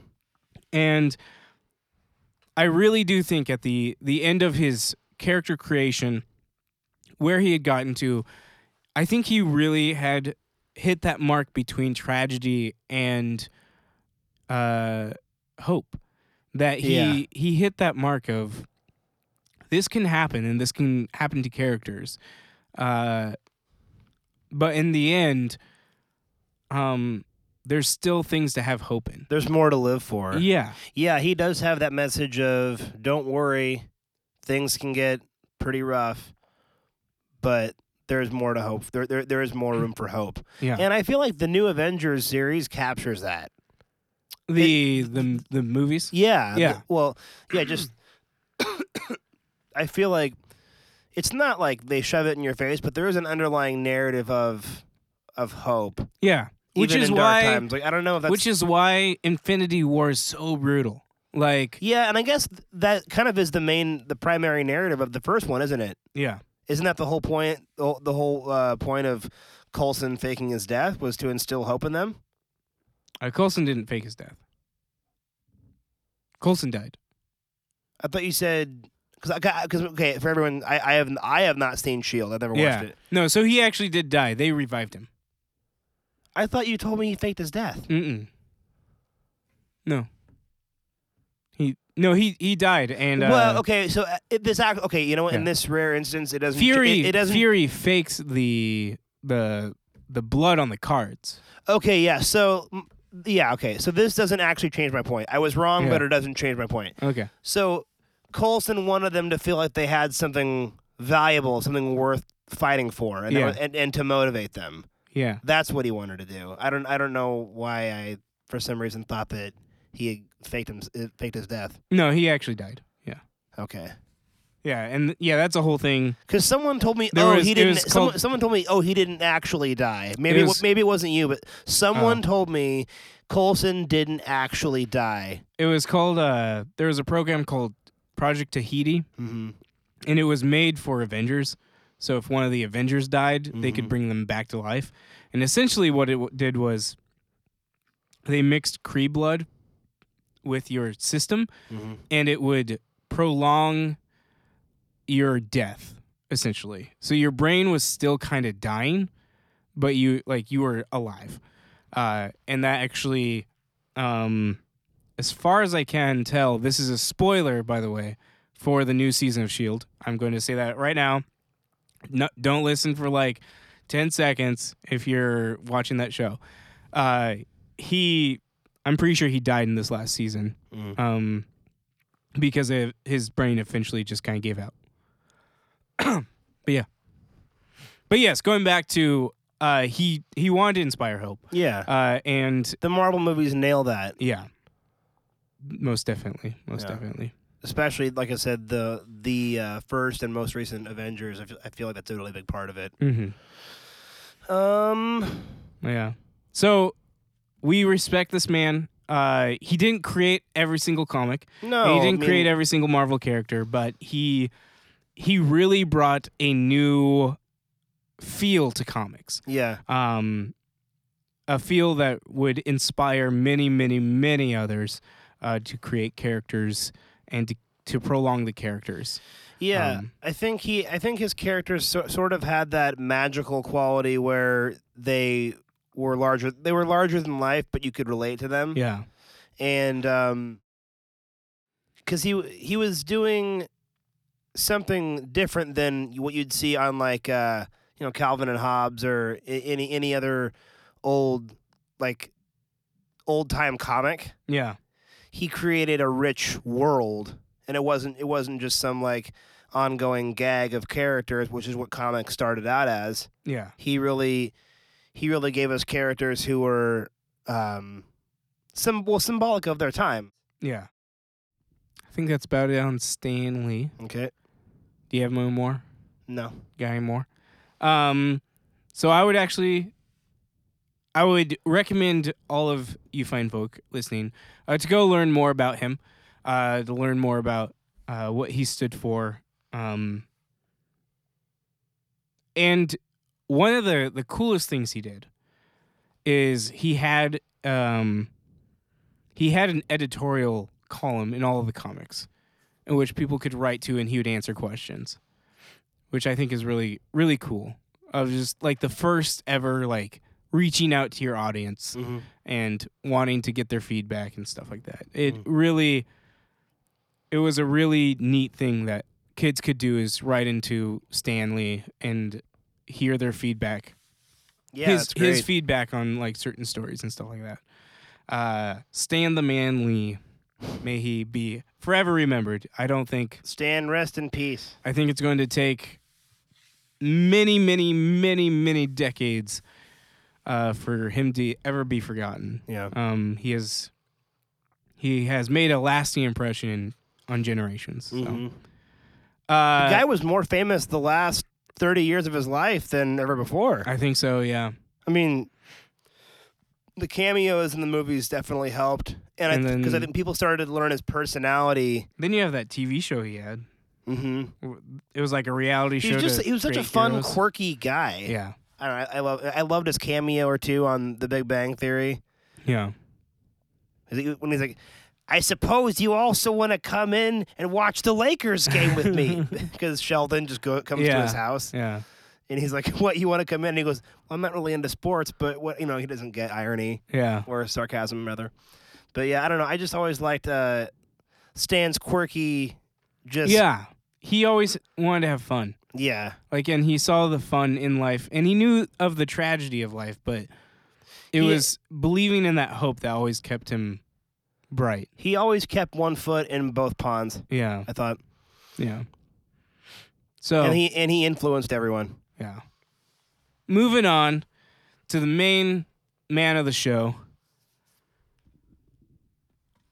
and I really do think at the the end of his character creation, where he had gotten to, I think he really had hit that mark between tragedy and uh, hope. that he
Yeah.
he hit that mark of this can happen and this can happen to characters uh but in the end um there's still things to have hope in
There's more to live for.
yeah
Yeah, he does have that message of don't worry, things can get pretty rough, but there's more to hope. There, there, there is more room for hope.
yeah
And I feel like the new Avengers series captures that.
the the the movies
Yeah. th-
Yeah.
well, yeah, just I feel like it's not like they shove it in your face, but there is an underlying narrative of of hope.
yeah which
even
is
in
why
dark times. Like I don't know if that's
which is why Infinity War is so brutal like
Yeah, and I guess th- that kind of is the main the primary narrative of the first one, isn't it?
yeah
Isn't that the whole point? The whole- the whole uh, point of Coulson faking his death was to instill hope in them.
uh, Coulson didn't fake his death Coulson died
I thought you said because because okay for everyone, I, I have I have not seen Shield. I've never
yeah
watched it.
no so he actually did die they revived him
I thought you told me he faked his death.
Mm-mm. No. He no he he died and uh,
well, okay, so uh, it, this act okay, you know what? In
yeah.
this rare instance, it doesn't
Fury
It, it doesn't.
Fury fakes the the the blood on the cards.
Okay, yeah. So mm, yeah, okay. So this doesn't actually change my point. I was wrong,
Yeah.
but it doesn't change my point.
Okay.
So Colson wanted them to feel like they had something valuable, something worth fighting for, and,
Yeah.
and and to motivate them.
Yeah.
That's what he wanted to do. I don't I don't know why I for some reason thought that he had faked him uh, faked his death.
No, he actually died. Yeah.
Okay,
Yeah, and yeah, that's a whole thing.
because someone told me
There
oh
was-
he
it
didn't.
was
someone,
called-
someone told me oh he didn't actually die. Maybe it
was- Uh.
maybe it wasn't you, but someone told me Colson didn't actually die.
It was called uh there was a program called Project Tahiti
hmm
and it was made for Avengers. So if one of the Avengers died, they
Mhm.
could bring them back to life. And essentially, what it w- did was they mixed Kree blood with your system,
Mhm.
and it would prolong your death essentially. So your brain was still kind of dying, but you like you were alive, uh, and that actually, um, as far as I can tell, this is a spoiler, by the way, for the new season of Shield. E I'm going to say that right now. No, don't listen for like ten seconds if you're watching that show. Uh, he, I'm pretty sure he died in this last season,
Mm.
um, because of his brain eventually just kind of gave out. but yeah, but yes, going back to uh, he he wanted to inspire hope,
Yeah,
uh, and
the Marvel movies nail that.
yeah, most definitely, most
Yeah.
definitely.
especially like I said, the the uh, first and most recent Avengers. I feel, I feel like that's a really big part of it.
hmm
Um,
Yeah. So we respect this man. Uh, he didn't create every single comic. and
no,
he didn't
Oh, I mean,
create every single Marvel character, but he he really brought a new feel to comics.
Yeah,
Um, a feel that would inspire many, many, many others uh, to create characters and to, to prolong the characters.
yeah.
Um,
I think he, I think his characters so, sort of had that magical quality where they were larger. They were larger than life, but you could relate to them.
Yeah.
and um, because he he was doing something different than what you'd see on like uh you know Calvin and Hobbes or a- any any other old like old time comic.
Yeah.
He created a rich world, and it wasn't it wasn't just some like ongoing gag of characters, which is what comics started out as
Yeah.
he really he really gave us characters who were um some well symbolic of their time
Yeah. I think that's about it on Stanley.
okay
Do you have one more?
no
guy more. Um, so I would actually, I would recommend all of you fine folk listening uh, to go learn more about him, uh, to learn more about uh, what he stood for. Um, and one of the the coolest things he did is he had um, he had an editorial column in all of the comics, in which people could write to and he would answer questions which I think is really really cool. Of just like the first ever like reaching out to your audience
mm-hmm. Mm.
and wanting to get their feedback and stuff like that. It really it was a really neat thing that kids could do is write into Stanley and hear their feedback.
Yeah,
his
that's great.
his feedback on like certain stories and stuff like that. Uh, Stan the Man Lee, may he be forever remembered. I don't think
Stan, rest in peace.
I think it's going to take many, many, many, many decades uh, for him to ever be forgotten.
Yeah.
Um, he has he has made a lasting impression on generations. So.
Mhm.
Uh,
Guy was more famous the last 30 years of his life than ever before.
I think so. Yeah.
I mean, the cameos in the movies definitely helped, and
And
because I,
then-
think people started to learn his personality.
Then you have that TV show he had.
Mm-hmm.
It was like a reality
He
show.
was just
to
he was such a
create
fun,
heroes.
quirky guy.
Yeah.
I don't know. I love I loved his cameo or two on The Big Bang Theory.
Yeah.
Is he- When he's like, I suppose you also want to come in and watch the Lakers game with me because Sheldon just go, comes to
Yeah.
his house
Yeah.
and he's like, "What you want to come in?" And he goes, well, "I'm not really into sports, but what you know, he doesn't get irony."
Yeah.
or sarcasm rather. But yeah, I don't know. I just always liked uh, Stan's quirky, just
Yeah. He always wanted to have fun.
yeah.
Like, and he saw the fun in life, and he knew of the tragedy of life, but it
He-
was believing in that hope that always kept him bright.
He always kept one foot in both ponds.
Yeah,
I thought,
yeah. So,
and he and he influenced everyone.
yeah. Moving on to the main man of the show,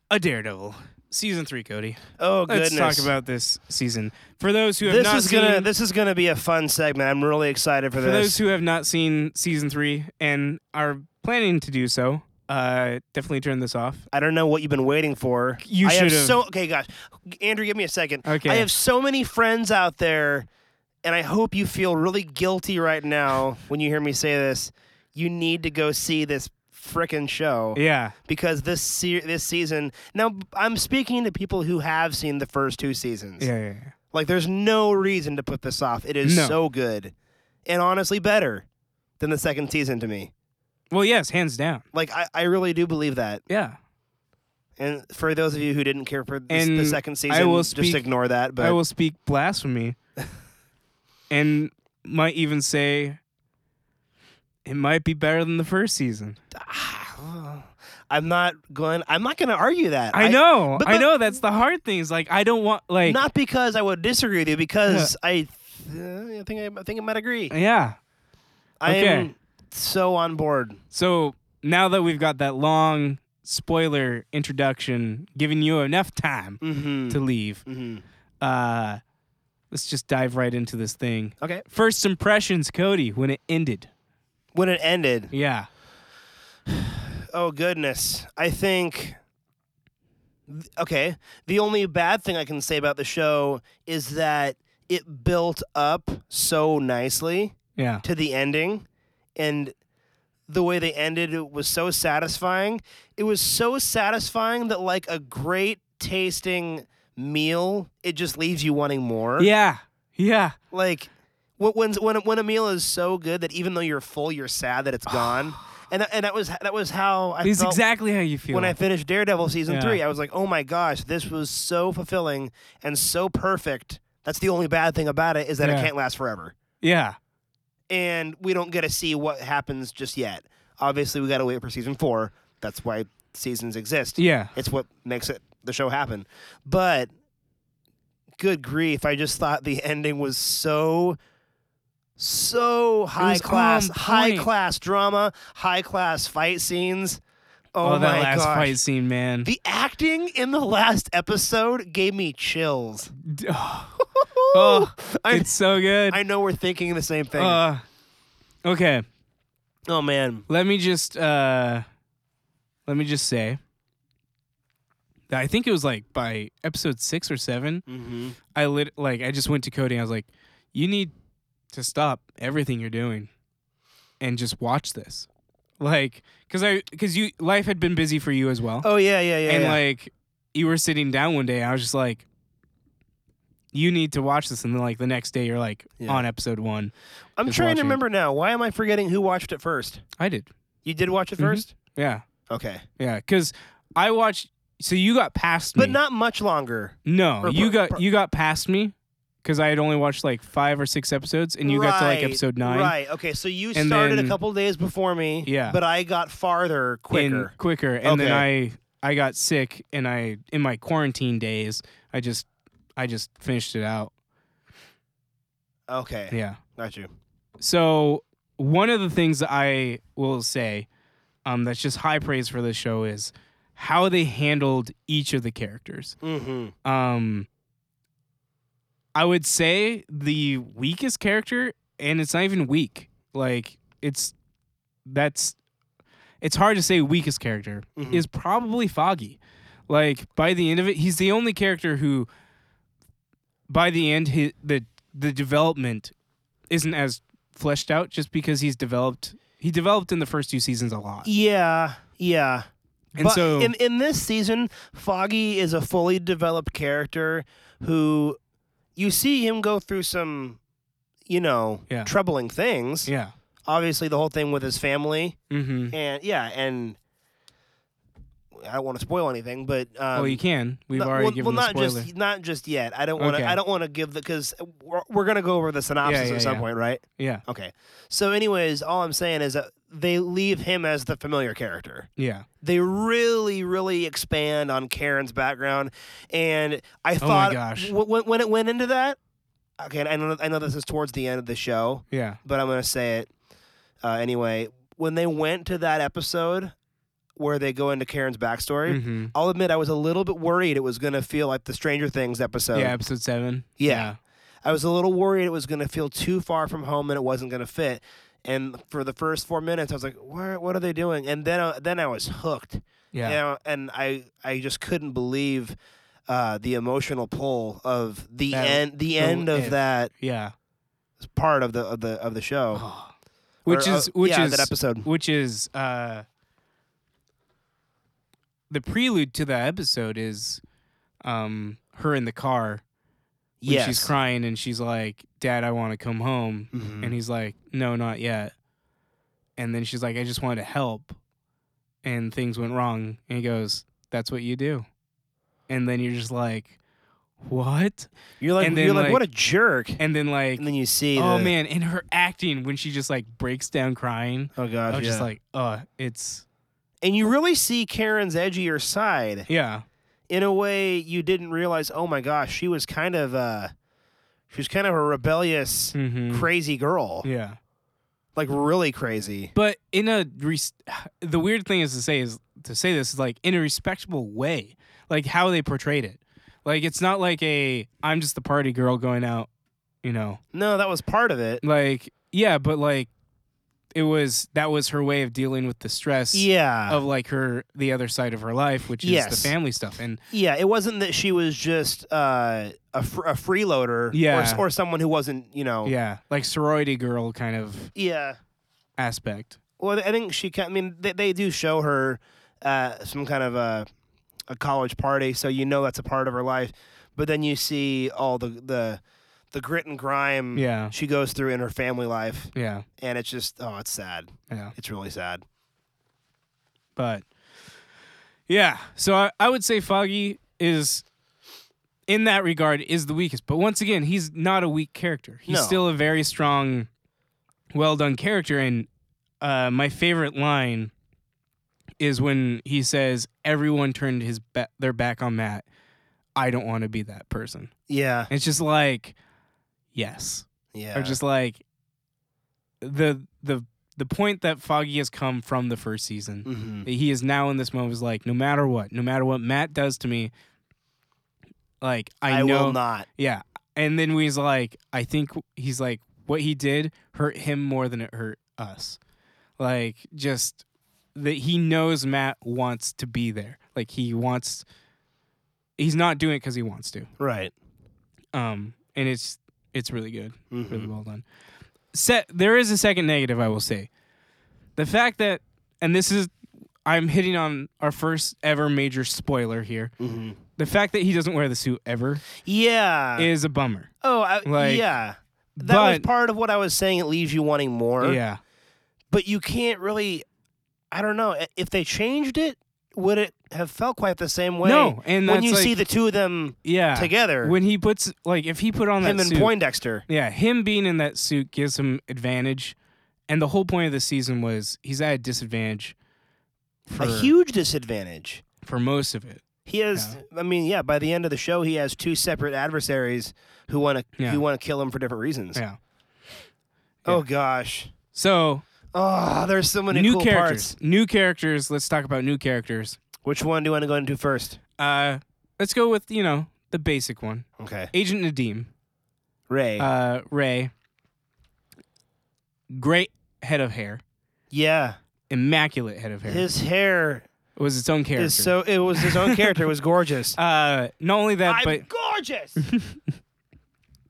a daredevil, season three, Cody.
Oh goodness!
Let's talk about this season. For those who have
this
not
is gonna
seen-
this is gonna be a fun segment. I'm really excited for,
For
this.
those who have not seen season three and are planning to do so, uh, definitely turn this off.
I don't know what you've been waiting for.
You
I have
should've.
so okay, gosh, Andrew, give me a second.
Okay.
I have so many friends out there, and I hope you feel really guilty right now when you hear me say this. You need to go see this frickin' show
Yeah,
because this se- this season. Now I'm speaking to people who have seen the first two seasons.
yeah, yeah. yeah.
Like, there's no reason to put this off. It is
No.
so good, and honestly, better than the second season to me.
Well, yes, hands down.
Like, I, I really do believe that.
Yeah,
And for those of you who didn't care for this, the
And
second season,
I will
just
speak-
ignore that. But
I will speak blasphemy, and might even say it might be better than the first season.
I'm not going. I'm not going to argue that.
I, know,
but-
I
but-
know. That's the hard thing. Is like I don't want like
not because I would disagree with you, because I, th- I think I, I think I might agree.
yeah.
I am
okay.
so on board.
So now that we've got that long spoiler introduction, giving you enough time
Mm-hmm.
to leave.
mm-hmm.
uh let's just dive right into this thing
Okay.
first impressions cody when it ended
When it ended,
yeah
oh goodness, I think. th- Okay, the only bad thing I can say about the show is that it built up so nicely.
yeah
to the ending and the way they ended it was so satisfying it was so satisfying that like a great tasting meal it just leaves you wanting more
yeah yeah
like wh- when when when a meal is so good that even though you're full you're sad that it's gone and that, and that was that was how i
it's
felt
exactly how you feel
when I finished Daredevil season
Yeah.
three, I was like, "Oh my gosh, this was so fulfilling and so perfect." That's the only bad thing about it is that it
Yeah.
can't last forever
yeah
and we don't get to see what happens just yet. Obviously, we got to wait for season four. That's why seasons exist.
yeah
It's what makes it the show happen. But good grief, I just thought the ending was so so high class,
on
high
point.
class drama, high class fight scenes. Oh,
oh, that
my
last
gosh.
fight scene man
The acting in the last episode gave me chills.
D- oh,
I,
it's so good
I know we're thinking the same thing.
uh, okay
oh man.
let me just uh let me just say that i think it was like by episode six or seven
Mm-hmm.
I lit like I just went to Cody. and I was like, "You need to stop everything you're doing and just watch this." Like, cause I, cause you, life had been busy for you as well,
Oh yeah, yeah, yeah.
and
yeah.
like you were sitting down one day. And I was just like, "You need to watch this," and then like the next day, you're like
Yeah.
on episode one.
I'm
is
trying to
watching.
remember now. Why am I forgetting who watched it first?
I did,
You did watch it
Mhm.
1st
yeah,
Okay.
yeah, cause I watched so you got past me.
but not much longer.
No,
or
you
per-
got
per-
you got past me because I had only watched like five or six episodes, and you got to like
Right,
episode nine.
Right. Okay. So you
And
started
then-
a couple days before me.
Yeah.
But I got farther
in-
quicker.
quicker, and then
Okay.
I I got sick, and I in my quarantine days, I just I just finished it out.
okay.
Yeah.
Got you.
So one of the things that I will say, um, that's just high praise for this show is how they handled each of the characters.
Mm-hmm.
Um, I would say the weakest character, and it's not even weak. Like it's that's it's hard to say weakest character
Mhm.
is probably Foggy. Like by the end of it, he's the only character who, by the end, hi the the development isn't as fleshed out just because he's developed. He developed in the first two seasons a lot.
Yeah. Yeah.
And
but
so-
in, in this season, Foggy is a fully developed character who you see him go through some, you know,
Yeah.
troubling things.
Yeah.
Obviously, the whole thing with his family.
Mm-hmm.
And yeah, and I don't want to spoil anything, but. Um,
well, Oh, you can. We've
No,
already
well,
given
well,
the
not
spoiler.
just not just yet. I don't want to.
Okay.
I don't want to give the because we're, we're gonna go over the synopsis
yeah,
at some
yeah.
point, right?
yeah.
Okay. So, anyways, all I'm saying is that they leave him as the familiar character.
Yeah.
They really, really expand on Karen's background, and I
Oh my
thought
gosh.
w- when, when it went into that. Okay, and I know I know this is towards the end of the show,
Yeah.
but I'm gonna say it uh, anyway. When they went to that episode where they go into Karen's backstory,
hmm
I'll admit I was a little bit worried it was going to feel like the Stranger Things episode.
yeah. Episode seven.
Yeah. I was a little worried it was going to feel too far from home and it wasn't going to fit. And for the first four minutes, I was like, "What? What are they doing?" And then, uh, then I was hooked.
Yeah.
You know, and I, I just couldn't believe uh, the emotional pull of the
That-
end, the
the
end of
it-
that
Yeah.
part of the of the of the show, Or,
Which
uh,
is which
yeah,
is
that episode.
which is uh the prelude to that episode is um her in the car when
Yes.
she's crying and she's like, "Dad, I want to come home,"
Mhm.
and he's like, "No, not yet." And then she's like, "I just wanted to help," and things went wrong, and he goes, "That's what you do," and then you're just like, "What?"
You're like,
and
you're
then,
like,
like-
what a jerk.
And then like,
And then you see,
oh
the-
man, and her acting when she just like breaks down crying.
oh
I
gosh,
was
yeah.
just like, uh, it's
and you really see Karen's edgier side.
yeah,
in a way you didn't realize oh my gosh she was kind of uh she was kind of a rebellious
hmm
crazy girl
yeah.
like really crazy
But in a res- the weird thing is to say is to say this is like in a respectable way, like how they portrayed it. Like it's not like a I'm just the party girl going out, you know.
no that was part of it
Like yeah, but like it was that was her way of dealing with the stress
yeah
of like her the other side of her life, which is
Yes.
the family stuff. And
yeah it wasn't that she was just uh a, fr- a freeloader or, s-
Yeah.
or someone who wasn't you know
yeah, like sorority girl kind of
yeah
aspect.
well i think she ca- i mean they, they do show her uh some kind of a a college party so you know that's a part of her life but then you see all the the the grit and grime
Yeah.
she goes through in her family life
Yeah.
and it's just oh it's sad
Yeah.
it's really sad
But yeah, so I, I would say Foggy is in that regard is the weakest. But once again, he's not a weak character. He's
No.
still a very strong, well done character. And uh, my favorite line is when he says, "Everyone turned his ba- their back on Matt. I don't want to be that person."
yeah
And it's just like, yes.
yeah
I'm just like the the the point that Foggy has come from the first season
hmm
that he is now in this moment is like no matter what no matter what matt does to me like i,
I,
know
will not
yeah and then he's like i think he's like what he did hurt him more than it hurt us like just that he knows matt wants to be there like he wants he's not doing it because he wants to
right
um and it's it's really good really
Mhm.
well done. Set there is a second negative I will say. The fact that and this is I'm hitting on our first ever major spoiler here.
Mhm.
The fact that he doesn't wear the suit ever
yeah
is a bummer.
oh I,
like,
yeah that was
but
part of what i was saying it leaves you wanting more
yeah,
but you can't really i don't know I- if they changed it would it have felt quite the same way
No, and
when
that's
you
like-
see the two of them
yeah
together,
when he puts like if he put on
him
that
and
suit,
Poindexter.
yeah, him being in that suit gives him advantage, and the whole point of the season was he's at a disadvantage for
A huge disadvantage.
for most of it.
He has, I mean, yeah. By the end of the show, he has two separate adversaries who want to
Yeah.
who want to kill him for different reasons.
Yeah.
Oh gosh.
So
Oh, there's so many
new
cool
characters,
parts.
new characters. Let's talk about new characters.
Which one do you want to go into first?
Uh, let's go with you know the basic one,
Okay,
Agent Nadim.
Ray.
Uh, Ray. Great head of hair,
yeah,
immaculate head of hair.
his hair
it was its own character.
is so. It was his own character. It was gorgeous.
uh, not only that,
I'm
but
gorgeous.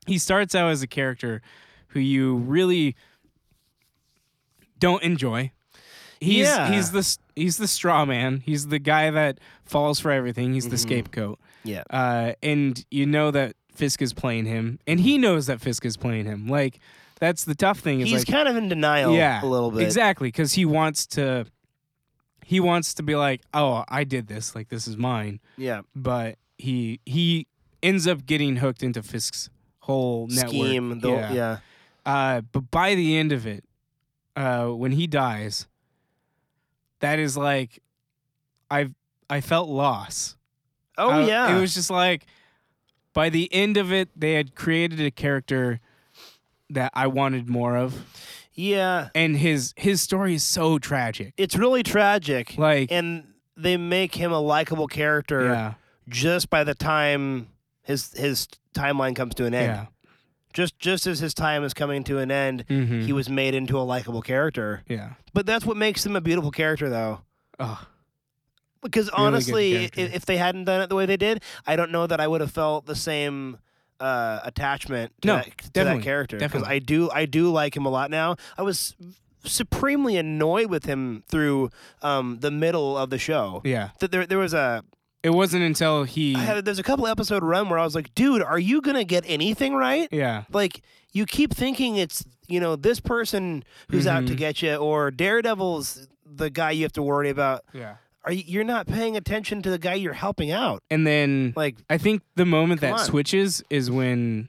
he starts out as a character who you really don't enjoy. He's
Yeah.
he's the s- he's the straw man. He's the guy that falls for everything. He's the
Mm-hmm.
scapegoat.
yeah.
Uh, and you know that Fisk is playing him, and he knows that Fisk is playing him. Like that's the tough thing. Is
He's
like,
kind of in denial
yeah,
a little bit.
exactly because he wants to. He wants to be like, oh, I did this. Like this is mine.
Yeah.
But he he ends up getting hooked into Fisk's whole network.
Scheme. The, yeah.
Uh, but by the end of it, uh, when he dies, that is like, I've I felt loss.
Oh
I-
yeah.
it was just like, by the end of it, they had created a character that I wanted more of,
yeah.
and his his story is so tragic.
It's really tragic,
Like,
and they make him a likable character
yeah,
just by the time his his timeline comes to an end.
yeah,
Just just as his time is coming to an end,
mhm,
he was made into a likable character.
yeah.
But that's what makes him a beautiful character, though.
Oh,
Because
good
honestly, i-
character.
if they hadn't done it the way they did, I don't know that I would have felt the same uh, attachment to,
No,
that, to that
definitely,
character. Because
definitely.
I do, I do like him a lot now. I was supremely annoyed with him through um, the middle of the show.
yeah.
That there, there was a
It wasn't until he,
I had, there's a couple episode run where I was like, dude, are you gonna get anything right?
yeah,
like you keep thinking it's you know this person who's out
Mm-hmm.
to get you or daredevil's the guy you have to worry about
yeah.
are you, you're not paying attention to the guy you're helping out
And then
like
I think the moment
Come
that
on.
switches is when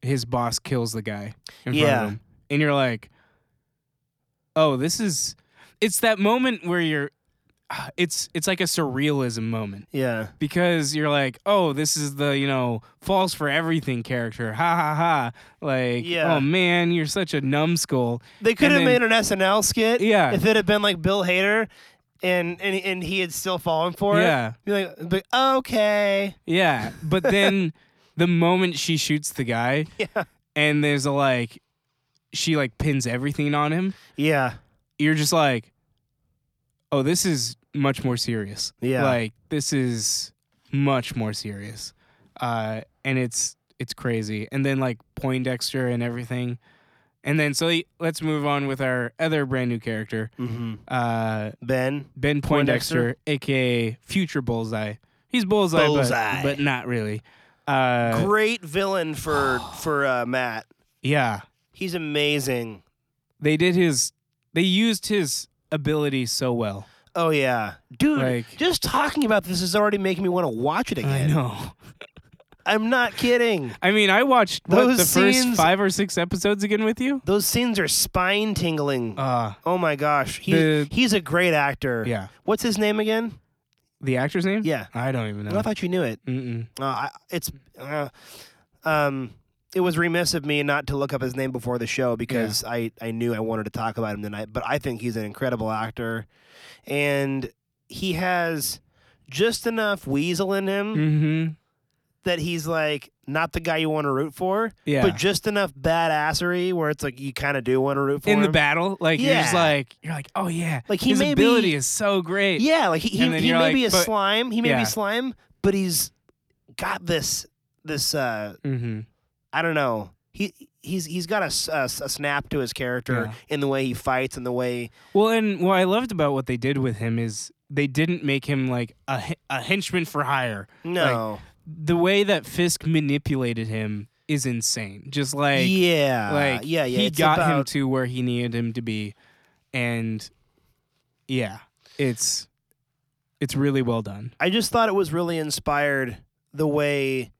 his boss kills the guy in front
Yeah.
of him. And you're like, "Oh, this is it's that moment where you're ah, it's it's like a surrealism moment
yeah
because you're like, "Oh, this is the, you know, falls for everything character." Ha ha ha. Like,
Yeah.
"Oh man, you're such a numbskull."
they could
And
have
then-
made an snl skit
Yeah.
if it had been like bill hader and and, and he had still fallen for
Yeah.
it Be like, be- okay
Yeah, but then the moment she shoots the guy,
Yeah.
and there's a like she like pins everything on him.
yeah
you're just like, oh, this is much more serious.
Yeah.
Like this is much more serious, uh, and it's it's crazy. And then like Poindexter and everything, and then so y- let's move on with our other brand new character,
mm-hmm.
uh,
ben
Ben Poindexter, aka Future Bullseye. He's Bullseye, but-
Bullseye.
But, not really. Uh,
great villain for for uh, matt
yeah,
he's amazing
they did his. They used his ability so well.
Oh yeah, dude.
Like-
just talking about this is already making me want to watch it
I
again.
know.
I'm not kidding.
I mean, I watched what,
Those
the
scenes-
first five or six episodes again with you.
Those scenes are spine tingling.
Uh,
oh my gosh, he,
the-
he's a great actor.
yeah.
What's his name again?
The actor's name?
Yeah.
I don't even
I
know.
thought you knew it.
Mm-mm.
Uh, I, it's uh, um, it was remiss of me not to look up his name before the show because I I knew I wanted to talk about him tonight. But I think he's an incredible actor, and he has just enough weasel in him.
Mm-hmm.
that he's like not the guy you want to root for,
Yeah.
but just enough badassery where it's like you kind of do want to root for
In the
him.
battle, like you're just
Yeah.
like you're like, oh yeah,
Like, he
his
may
ability
be-
is so great.
yeah, like he, he,
And then
he
you're
may
like,
be a
but-
slime, he may
yeah.
be slime, but he's got this this uh
Mm-hmm.
I don't know. He he's he's got a, s- a s- a snap to his character
Yeah.
in the way he fights and the way
Well, and what I loved about what they did with him is they didn't make him like a h- a henchman for hire.
no.
The way that Fisk manipulated him is insane. Just like
yeah.
like
yeah, yeah.
he
it's
got him
about-
to where he needed him to be and yeah it's It's really well done.
I just thought it was really inspired the way,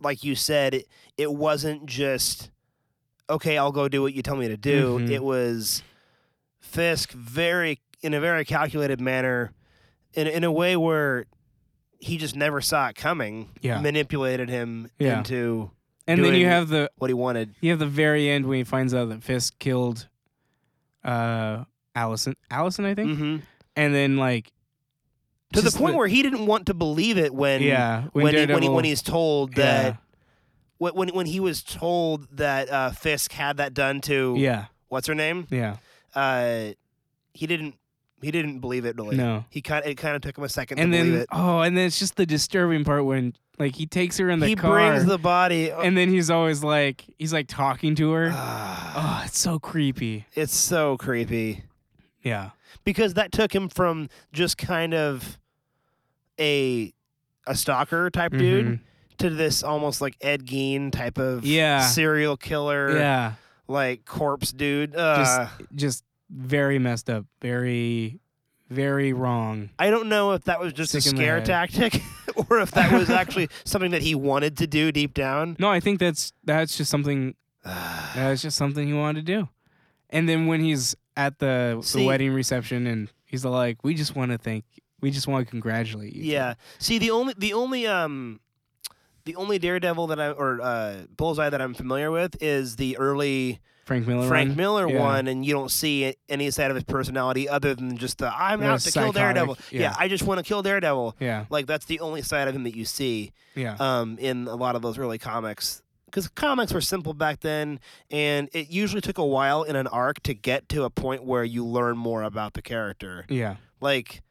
like you said, it, it wasn't just, okay, I'll go do what you tell me to do.
Mhm.
It was Fisk very, in a very calculated manner, in, in a way where he just never saw it coming,
Yeah.
manipulated him
Yeah.
into
And then you
Doing-
have the
what he wanted.
You have the very end when he finds out that Fisk killed uh Allison. Allison, I think.
Mm-hmm.
And then like
To the
just
point where he didn't want to believe it when.
yeah,
When, he, when, he,
Daredevil-
when he's told that
yeah,
when when, when he was told that uh, Fisk had that done to
yeah,
what's her name,
yeah,
uh, he didn't he didn't believe it really.
no.
He kind it kind of took him a second
And
to
then
believe it.
oh, and then it's just the disturbing part when like he takes her in the
he
car,
brings the body.
and then he's always like he's like talking to her.
Ah,
Oh, it's so creepy.
it's so creepy
Yeah,
because that took him from just kind of a a stalker type dude
Mhm.
to this almost like Ed Gein type of
Yeah.
serial killer
Yeah,
like corpse dude. Uh,
just very messed up. Very, very wrong.
I don't know if that was just a
Stick in the
scare
head.
tactic or if that was actually something that he wanted to do deep down. Ah.
No, I think that's that's just something That's just something he wanted to do. And then when he's at the,
See-
the wedding reception and he's like, we just want to thank, we just want to congratulate you. two."
yeah. See, the only the only um the only Daredevil that I or uh, Bullseye that I'm familiar with is the early
Frank Miller.
Frank
one?
Miller
Yeah.
one, and you don't see a- any side of his personality other than just the I'm
The
out to kill
psychotic,
Daredevil.
yeah.
I just want to kill Daredevil.
Yeah.
Like that's the only side of him that you see.
Yeah.
um, in a lot of those early comics because comics were simple back then and it usually took a while in an arc to get to a point where you learn more about the character
yeah.
like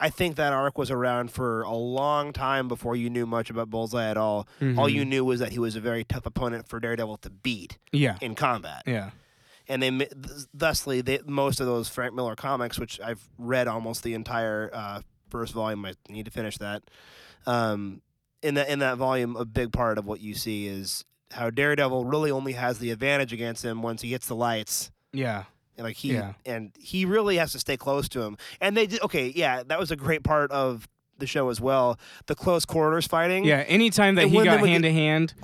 i think that arc was around for a long time before you knew much about bullseye at all all
Mhm.
you knew was that he was a very tough opponent for daredevil to beat
Yeah.
in combat
Yeah.
and they mi- th- thusly they, most of those frank miller comics which i've read almost the entire uh, first volume i need to finish that um, in that in that volume a big part of what you see is how daredevil really only has the advantage against him once he hits the lights
Yeah.
and like he
Yeah.
and he really has to stay close to him and they did okay yeah that was a great part of the show as well the close quarters fighting
Yeah. Anytime that
And
he
when they
got
would-
hand to hand,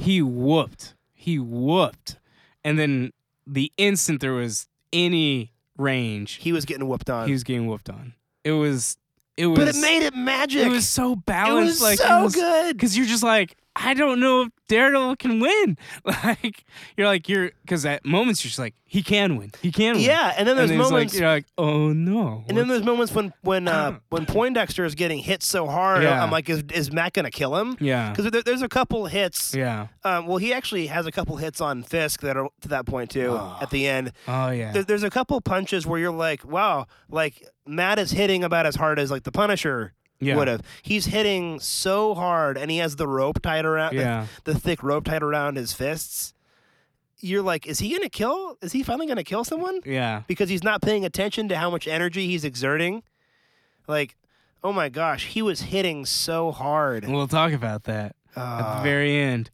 he whooped. He whooped. And then the instant there was any range,
he was getting whooped on
he was getting whooped on. It was, it was,
but it made it magic
it was so
It
balanced.
was
like, it
so
was-
good
because you're just like I don't know if Daredevil can win. Like you're like you're because at moments you're just like he can win, he can win.
yeah and
and
then there's
then it's
moments
like, you're like oh no.
And then there's moments when when uh, when Poindexter is getting hit so hard,
Yeah.
I'm like, is, is Matt gonna kill him?
yeah,
Because there, there's a couple hits.
yeah,
Um, well, he actually has a couple hits on Fisk that are to that point too.
Oh.
At the end,
oh yeah,
there, there's a couple punches where you're like, wow, like Matt is hitting about as hard as like the Punisher
yeah,
would have. He's hitting so hard, and he has the rope tied around
yeah,
the, the thick rope tied around his fists. You're like, is he gonna kill? Is he finally gonna kill someone?
yeah,
because he's not paying attention to how much energy he's exerting. Like, oh my gosh, he was hitting so hard.
We'll talk about that at
Ah.
the very end.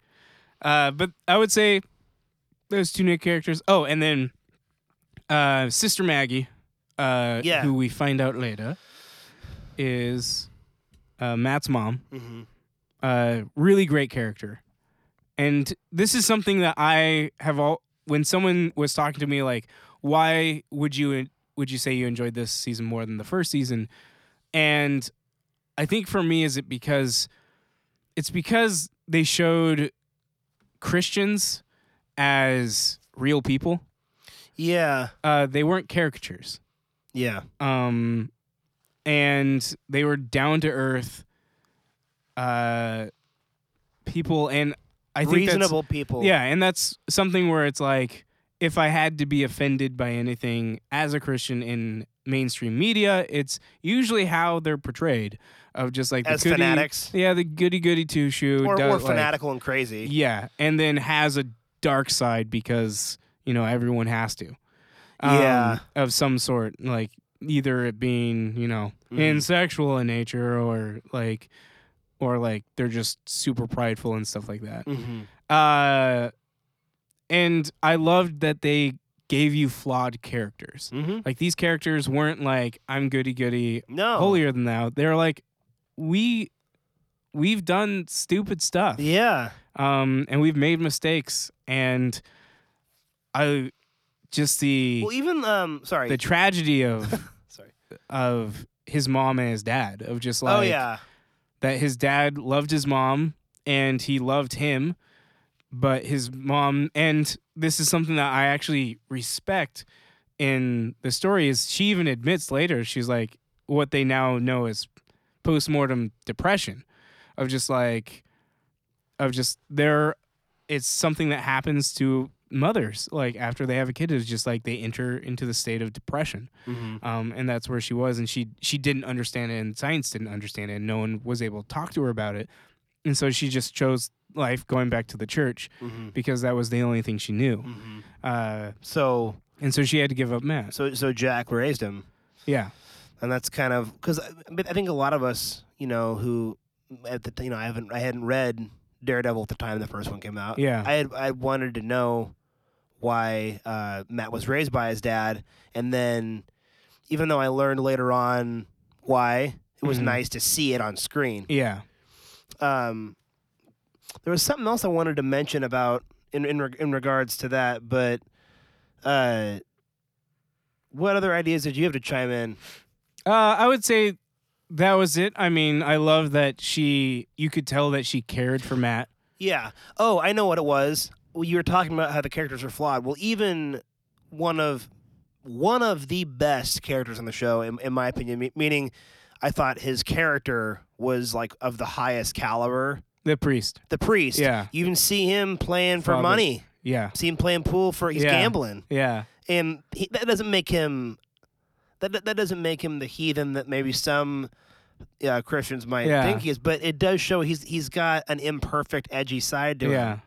Uh, but I would say those two new characters. Oh, and then uh, Sister Maggie, uh,
Yeah.
who we find out later is uh, Matt's mom.
Mhm.
uh, really great character. And this is something that I have all when someone was talking to me like, why would you would you say you enjoyed this season more than the first season? And I think for me is it because it's because they showed Christians as real people.
Yeah,
Uh, they weren't caricatures
yeah,
um, and they were down to earth, uh, people, and I think that's-
reasonable people.
yeah, and that's something where it's like, if I had to be offended by anything as a Christian in mainstream media, it's usually how they're portrayed, of just like the
as
goody-
fanatics
yeah, the goody goody two shoe,
or,
does,
or
like-
fanatical and crazy.
yeah, and then has a dark side because you know everyone has to. Um,
Yeah.
of some sort, like either it being you know
Mhm.
in sexual in nature or like or like they're just super
Mm. Mm-hmm,
prideful and stuff like that.
Mhm.
Uh, and I loved that they gave you flawed characters.
Mm-hmm.
Like these characters weren't like I'm goody goody
No.
holier than thou. They're like we we've done stupid stuff.
Yeah.
Um and we've made mistakes and I just the
Well, even um, sorry,
the tragedy of
sorry.
of his mom and his dad of just like
oh yeah,
that his dad loved his mom and he loved him, but his mom, and this is something that I actually respect in the story, is she even admits later, she's like, what they now know is postmortem depression of just like, of just there, it's something that happens to mothers like after they have a kid is just like they enter into the state of depression
Mm-hmm,
um, and that's where she was, and she she didn't understand it, and science didn't understand it, and no one was able to talk to her about it, and so she just chose life going back to the church
mm-hmm,
because that was the only thing she knew, uh,
So
and so she had to give up mass.
so so Jack raised him,
Yeah,
and that's kind of because I, but I think a lot of us, you know, who at the you know I haven't I hadn't read Daredevil at the time the first one came out.
Yeah.
I had I wanted to know why uh, Matt was raised by his dad, and then even though I learned later on why, it was
Mhm.
nice to see it on screen.
yeah,
um, there was something else I wanted to mention about in in, reg- in regards to that, but uh, what other ideas did you have to chime in?
uh, I would say that was it. I mean, I love that she you could tell that she cared for Matt.
Yeah. Oh, I know what it was. Well, you were talking about how the characters are flawed. Well, even one of one of the best characters on the show, in, in my opinion, me- meaning I thought his character was like of the highest caliber.
The priest,
The priest.
Yeah.
You even see him playing for
Father.
money.
yeah,
See him playing pool for he's
Yeah.
gambling.
yeah,
and he, that doesn't make him that that- that doesn't make him the heathen that maybe some uh, Christians might
Yeah.
think he is. But it does show he's he's got an imperfect, edgy side to
yeah,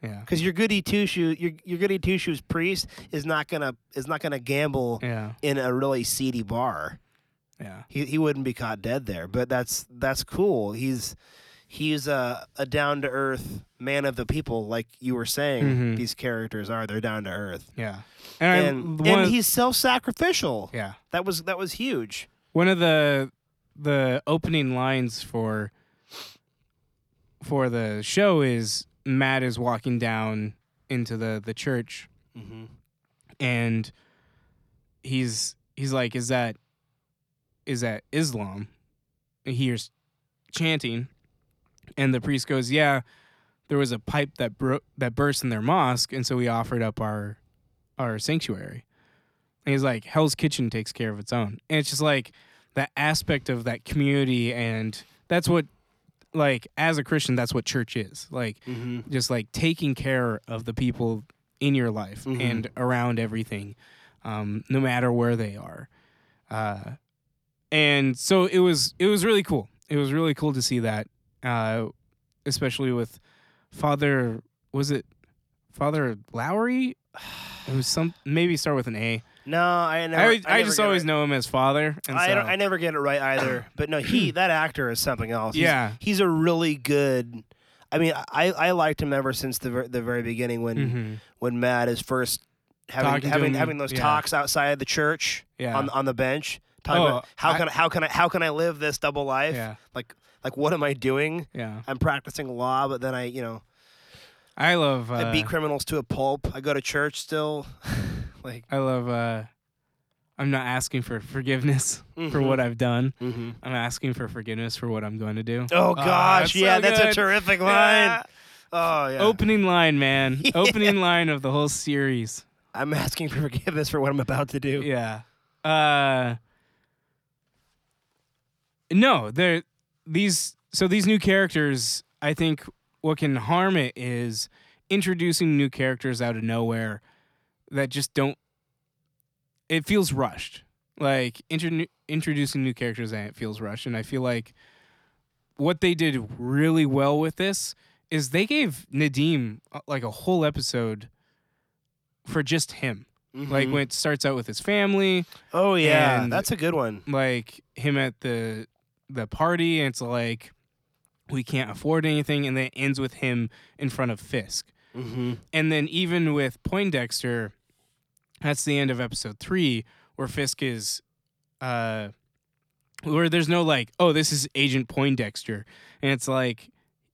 yeah,
Because your goody two shoe, your your goody two shoes priest is not gonna is not gonna gamble
yeah,
in a really seedy bar.
yeah.
He he wouldn't be caught dead there. But that's that's cool. He's he's a a down to earth man of the people, like you were saying.
Mhm.
These characters are they're down to earth,
yeah.
and
I- one
and
of-
he's self sacrificial.
yeah.
That was that was huge.
one of the the opening lines for for the show is Matt is walking down into the the church
Mm-hmm.
and he's he's like is that is that Islam and he hears chanting and the priest goes yeah there was a pipe that bro- that burst in their mosque and so we offered up our our sanctuary and he's like hell's kitchen takes care of its own and it's just like that aspect of that community and that's what like as a christian that's what church is like
Mm-hmm.
just like taking care of the people in your life
Mhm.
and around everything, um, no matter where they are. Uh, and so it was it was really cool. It was really cool to see that, uh, especially with Father was it Father Lowry? It was some maybe start with an A.
No, I never.
I always- I
never
just
get it
always
right.
know him as Father. And
I,
so,
don't, I never get it right either. But no, he that actor is something else. He's-
Yeah.
he's a really good. I mean, I, I liked him ever since the ver- the very beginning when
Mhm.
when Matt is first having
Talking to
having,
him,
having those
yeah.
talks outside the church
Yeah.
on on the bench talking
Oh,
about how
I-
can I, how can I how can I live this double life
Yeah.
like like what am I doing
Yeah.
I'm practicing law but then I you know
I love. Uh,
I beat criminals to a pulp I go to church still like
I love. Uh, I'm not asking for forgiveness for what I've done.
mm-hmm.
I'm asking for forgiveness for what I'm going to do.
Oh
Ah,
gosh,
it's so
yeah, that's a
good.
terrific line.
Yeah.
Oh yeah.
Opening line, man. Opening line of the whole series.
I'm asking for forgiveness for what I'm about to do.
Yeah. Uh No, they're these so these new characters, I think what can harm it is introducing new characters out of nowhere that just don't it feels rushed. Like intro- introducing new characters and it feels rushed and I feel like what they did really well with this is they gave Nadim uh, like a whole episode for just him like when it starts out with his family
Mm-hmm. oh yeah,
and-
that's a good one.
like him at the the party and it's like we can't afford anything and then it ends with him in front of fisk
Mm-hmm.
and then even with poindexter That's the end of episode three, where Fisk is, uh, where there's no like, oh, this is Agent Poindexter, and it's like,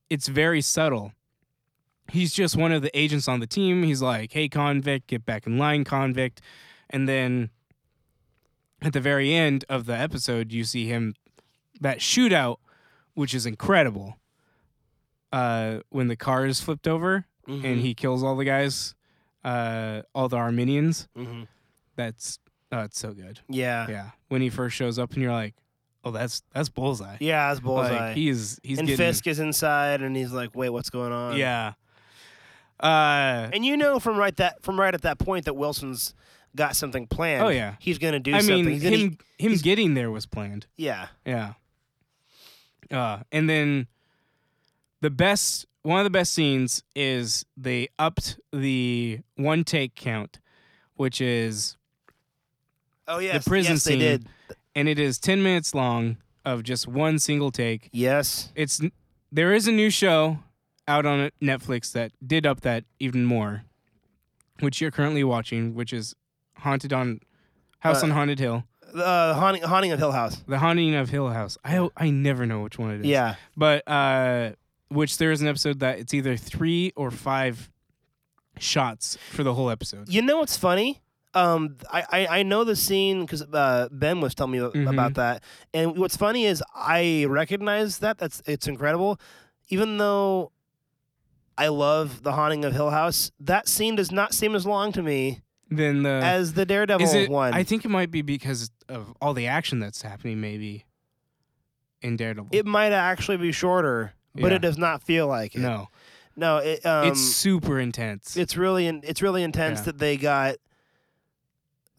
it's very subtle. He's just one of the agents on the team. He's like, hey, convict, get back in line, convict, and then at the very end of the episode, you see him that shootout, which is incredible. Uh, when the car is flipped over
Mm-hmm.
and he kills all the guys, uh, all the Armenians.
Mhm.
That's oh, it's so good.
Yeah. yeah.
Yeah, when he first shows up and you're like, oh, that's that's bullseye.
that's
Like,
bullseye.
he's he's
and
getting
Fisk is inside and he's like, wait, what's going on?
yeah. Uh,
And you know from right that from right at that point that Wilson's got something planned.
Oh, yeah.
He's gonna do
I
something.
mean,
He's gonna-
him him getting there was planned.
yeah.
Yeah. Uh, and then the best one of the best scenes is they upped the one take count, which is
Oh yeah.
prison
yes,
scene.
They did.
and it is ten minutes long of just one single take.
Yes.
It's there is a new show out on Netflix that did up that even more, which you're currently watching, which is Haunted on House
Uh,
on Haunted Hill,
Uh, haunting, haunting of Hill House.
The Haunting of Hill House. I I never know which one it is.
Yeah.
but uh which there is an episode that it's either three or five shots for the whole episode
You know what's funny? Um, I, I, I know the scene because uh, Ben was telling me
Mhm.
about that. And what's funny is I recognize that. That's it's incredible. Even though I love the haunting of Hill House, that scene does not seem as long to me
then the
as the Daredevil
Uh, is it,
one.
i think it might be because of all the action that's happening maybe in daredevil
it might actually be shorter, but
Yeah.
it does not feel like it.
no
no, it, um,
it's super intense
it's really in, it's really intense
Yeah.
that they got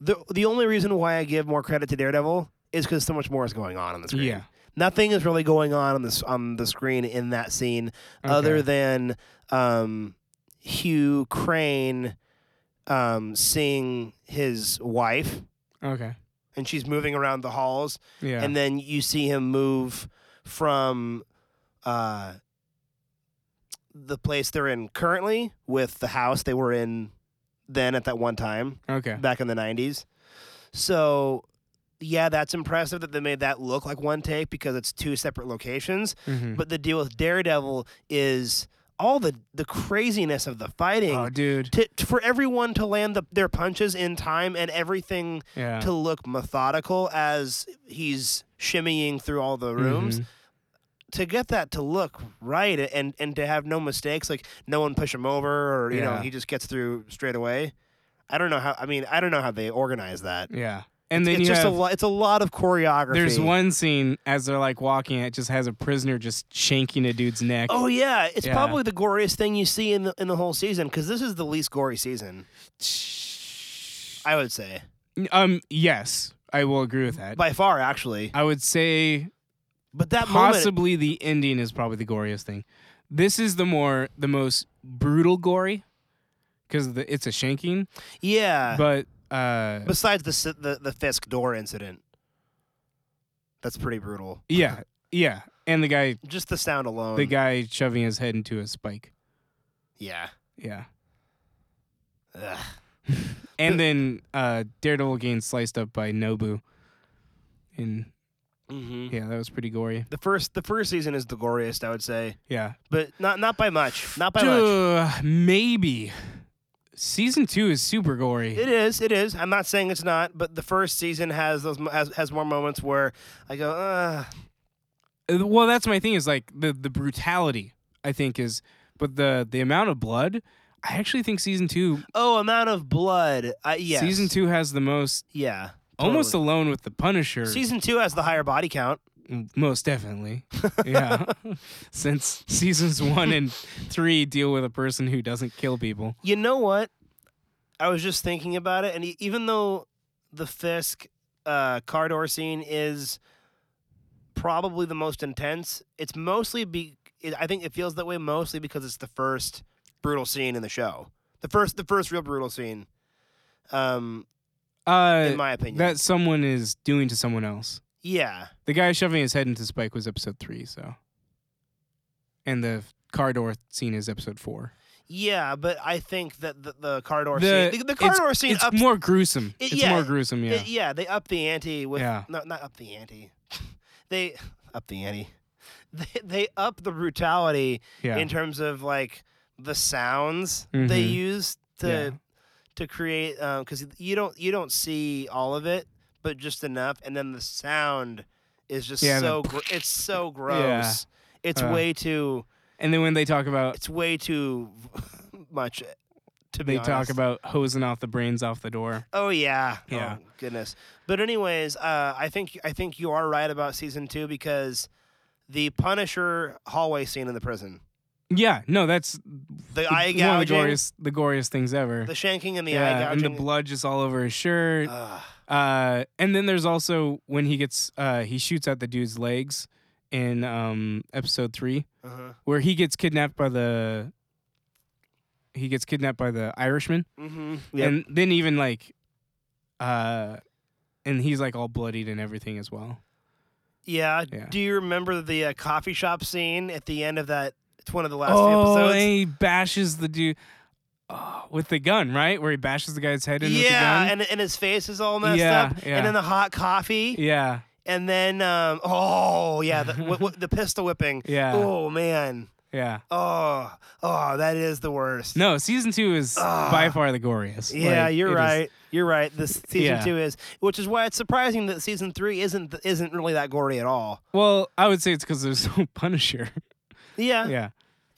the the only reason why I give more credit to Daredevil is because so much more is going on on the screen.
yeah
nothing is really going on on this on the screen in that scene other
Okay.
than um, Hugh Crane um, seeing his wife
okay
and she's moving around the halls
yeah
and then you see him move from uh, the place they're in currently with the house they were in then at that one time
okay
back in the 90s. So, yeah, that's impressive that they made that look like one take because it's two separate locations.
Mhm.
But the deal with Daredevil is all the, the craziness of the fighting.
oh dude
to, for everyone to land the, their punches in time and everything
yeah
to look methodical as he's shimmying through all the rooms
Mhm.
to get that to look right and and to have no mistakes like no one push him over or you know
Yeah.
he just gets through straight away i don't know how i mean i don't know how they organize that
yeah and then
it's
you
just
have,
a lot it's a lot of choreography
there's one scene as they're like walking it just has a prisoner just shanking a dude's neck
Oh yeah, it's
Yeah.
probably the goriest thing you see in the in the whole season because this is the least gory season, I would say,
Um. Yes, I will agree with that.
by far actually.
I would say
But that moment,
possibly the ending is probably the goriest thing. This is the more the most brutal gory because it's a shanking,
yeah.
but uh,
besides the, si- the the Fisk door incident, that's pretty brutal.
yeah, yeah, and the guy
Just the sound alone.
the guy shoving his head into a spike,
Yeah.
yeah,
Ugh.
and then uh, Daredevil getting sliced up by Nobu, and
Mm-hmm.
yeah, that was pretty gory.
The first the first season is the goriest, I would say,
Yeah,
but not not by much. Not by much.
Duh, maybe season two is super gory.
It is. It is. I'm not saying it's not, but the first season has those mo- has, has more moments where I go, Ugh.
Uh, well that's my thing is like the the brutality i think is but the the amount of blood i actually think season two
oh, amount of blood. I yes.
season two has the most
Yeah.
almost
totally.
alone with the punisher
season two has the higher body count.
m- most definitely yeah since seasons one and three deal with a person who doesn't kill people
You know what? I was just thinking about it, and e- even though the Fisk uh, car door scene is probably the most intense, it's mostly be. It, I think it feels that way mostly because it's the first brutal scene in the show. The first, the first real brutal scene, um,
uh
in my opinion.
that someone is doing to someone else
yeah,
the guy shoving his head into spike was episode three so and the car door scene is episode four
Yeah, but I think that the, the car door
The-
scene, the, the car
it's-
door scene,
It's
up,
more gruesome.
It-
it's
yeah,
more gruesome. Yeah.
yeah. yeah, they up the ante with
Yeah.
no, not up the ante. they up the ante. They, they up the brutality
yeah.
in terms of like the sounds they
Mhm.
use to
Yeah.
to create because you don't you don't see all of it, but just enough, and then the sound is just
Yeah, the
so gr- it's so gross. It's
Uh,
way too
and then when they talk about
it's way too much. To be
they talk
honest.
about hosing off the brains off the door.
Oh yeah.
Yeah.
Oh, goodness. But anyways, uh, I think I think you are right about season two because the Punisher hallway scene in the prison,
Yeah, no, that's
the
the- one
eye
of the
gouging,
goriest, the goriest things ever.
the shanking and the eye
yeah, and
gouging.
the blood just all over his shirt.
Ugh.
Uh, and then there's also when he gets uh, he shoots at the dude's legs in um, episode three,
Uh-huh.
where he gets kidnapped by the he gets kidnapped by the Irishman,
Mm-hmm. Yep.
and then even like, uh, and he's like all bloodied and everything as well.
yeah.
Yeah.
Do you remember the uh, coffee shop scene at the end of that? It's one of the last
oh,
episodes.
and he bashes the dude oh, with the gun, right? Where he bashes the guy's head in
yeah,
with
and, and his face is all messed
Yeah,
up,
yeah.
and then the hot coffee,
the gun. Yeah,
and then um, oh yeah, the, w- w- the pistol whipping.
yeah,
Oh man,
yeah.
Oh, oh, that is the worst.
No, season two is
Ah.
by far the goriest.
Yeah,
Like,
you're
it is-
right. You're right. This season
Yeah.
two is, which is why it's surprising that season three isn't th- isn't really that gory at all.
Well, I would say it's because there's no Punisher.
Yeah,
yeah,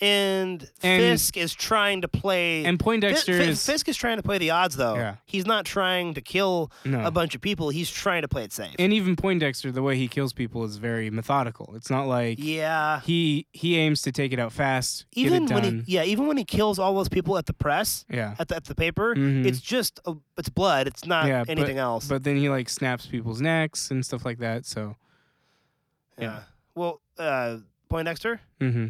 And,
And-
Fisk is trying to play.
and
Fi-
Poindexter
Fi-
is
Fisk is trying to play the odds though.
Yeah.
He's not trying to kill
no,
a bunch of people. He's trying to play it safe.
and even Poindexter, the way he kills people is very methodical. It's not like
yeah.
he he aims to take it out fast,
Even
get it
when
done.
he yeah, even when he kills all those people at the press,
yeah,
at the, at the paper,
Mhm.
it's just a, it's blood. It's not
Yeah, but-
anything else.
but then he like snaps people's necks and stuff like that. So,
yeah. Well, uh, Poindexter.
hmm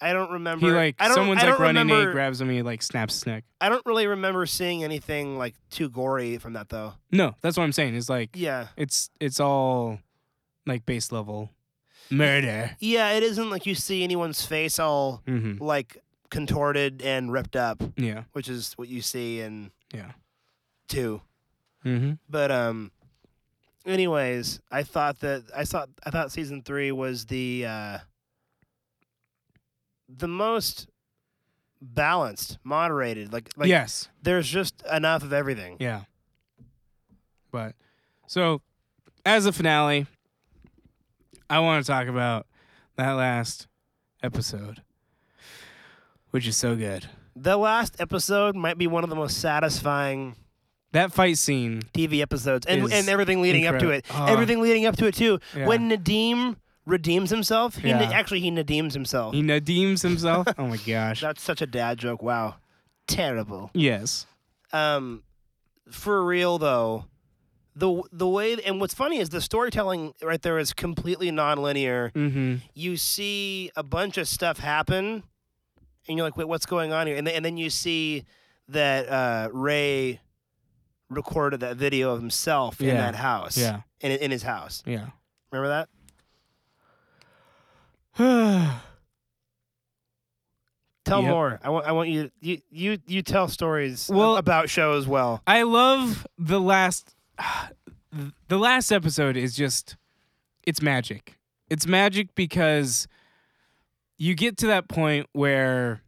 I don't remember.
he like
I don't,
someone's
I don't
like running, and
remember,
he grabs him, and he like snaps his neck.
I don't really remember seeing anything like too gory from that though.
No, that's what I'm saying. It's like
Yeah,
it's it's all like base level murder.
yeah. It isn't like you see anyone's face all
hmm
like contorted and ripped up,
Yeah.
which is what you see in
Yeah.
two.
hmm
But um, anyways, I thought that I thought I thought season three was the uh the most balanced, moderated. Like like
yes.
there's just enough of everything.
Yeah. But so as a finale, I want to talk about that last episode, which is so good.
The last episode might be one of the most satisfying
That fight scene.
TV episodes and,
Is
and everything leading up to
incredible.
it.
Ah.
everything leading up to it too.
Yeah.
When Nadim redeems himself, he na-
Yeah.
actually he Nadims himself.
he nadeems himself. oh my gosh.
That's such a dad joke. Wow. Terrible.
Yes.
Um for real though, the the way and what's funny is the storytelling right there is completely nonlinear.
Mm-hmm.
You see a bunch of stuff happen and you're like, "Wait, what's going on here?" And then, and then you see that uh Ray recorded that video of himself in
Yeah.
that house.
Yeah.
in, in his house.
Yeah.
Remember that? Tell
Yep.
more. I want. I want you. You. You. You tell stories.
Well-
about shows. Well.
I love the last the last episode is just it's magic. It's magic because you get to that point where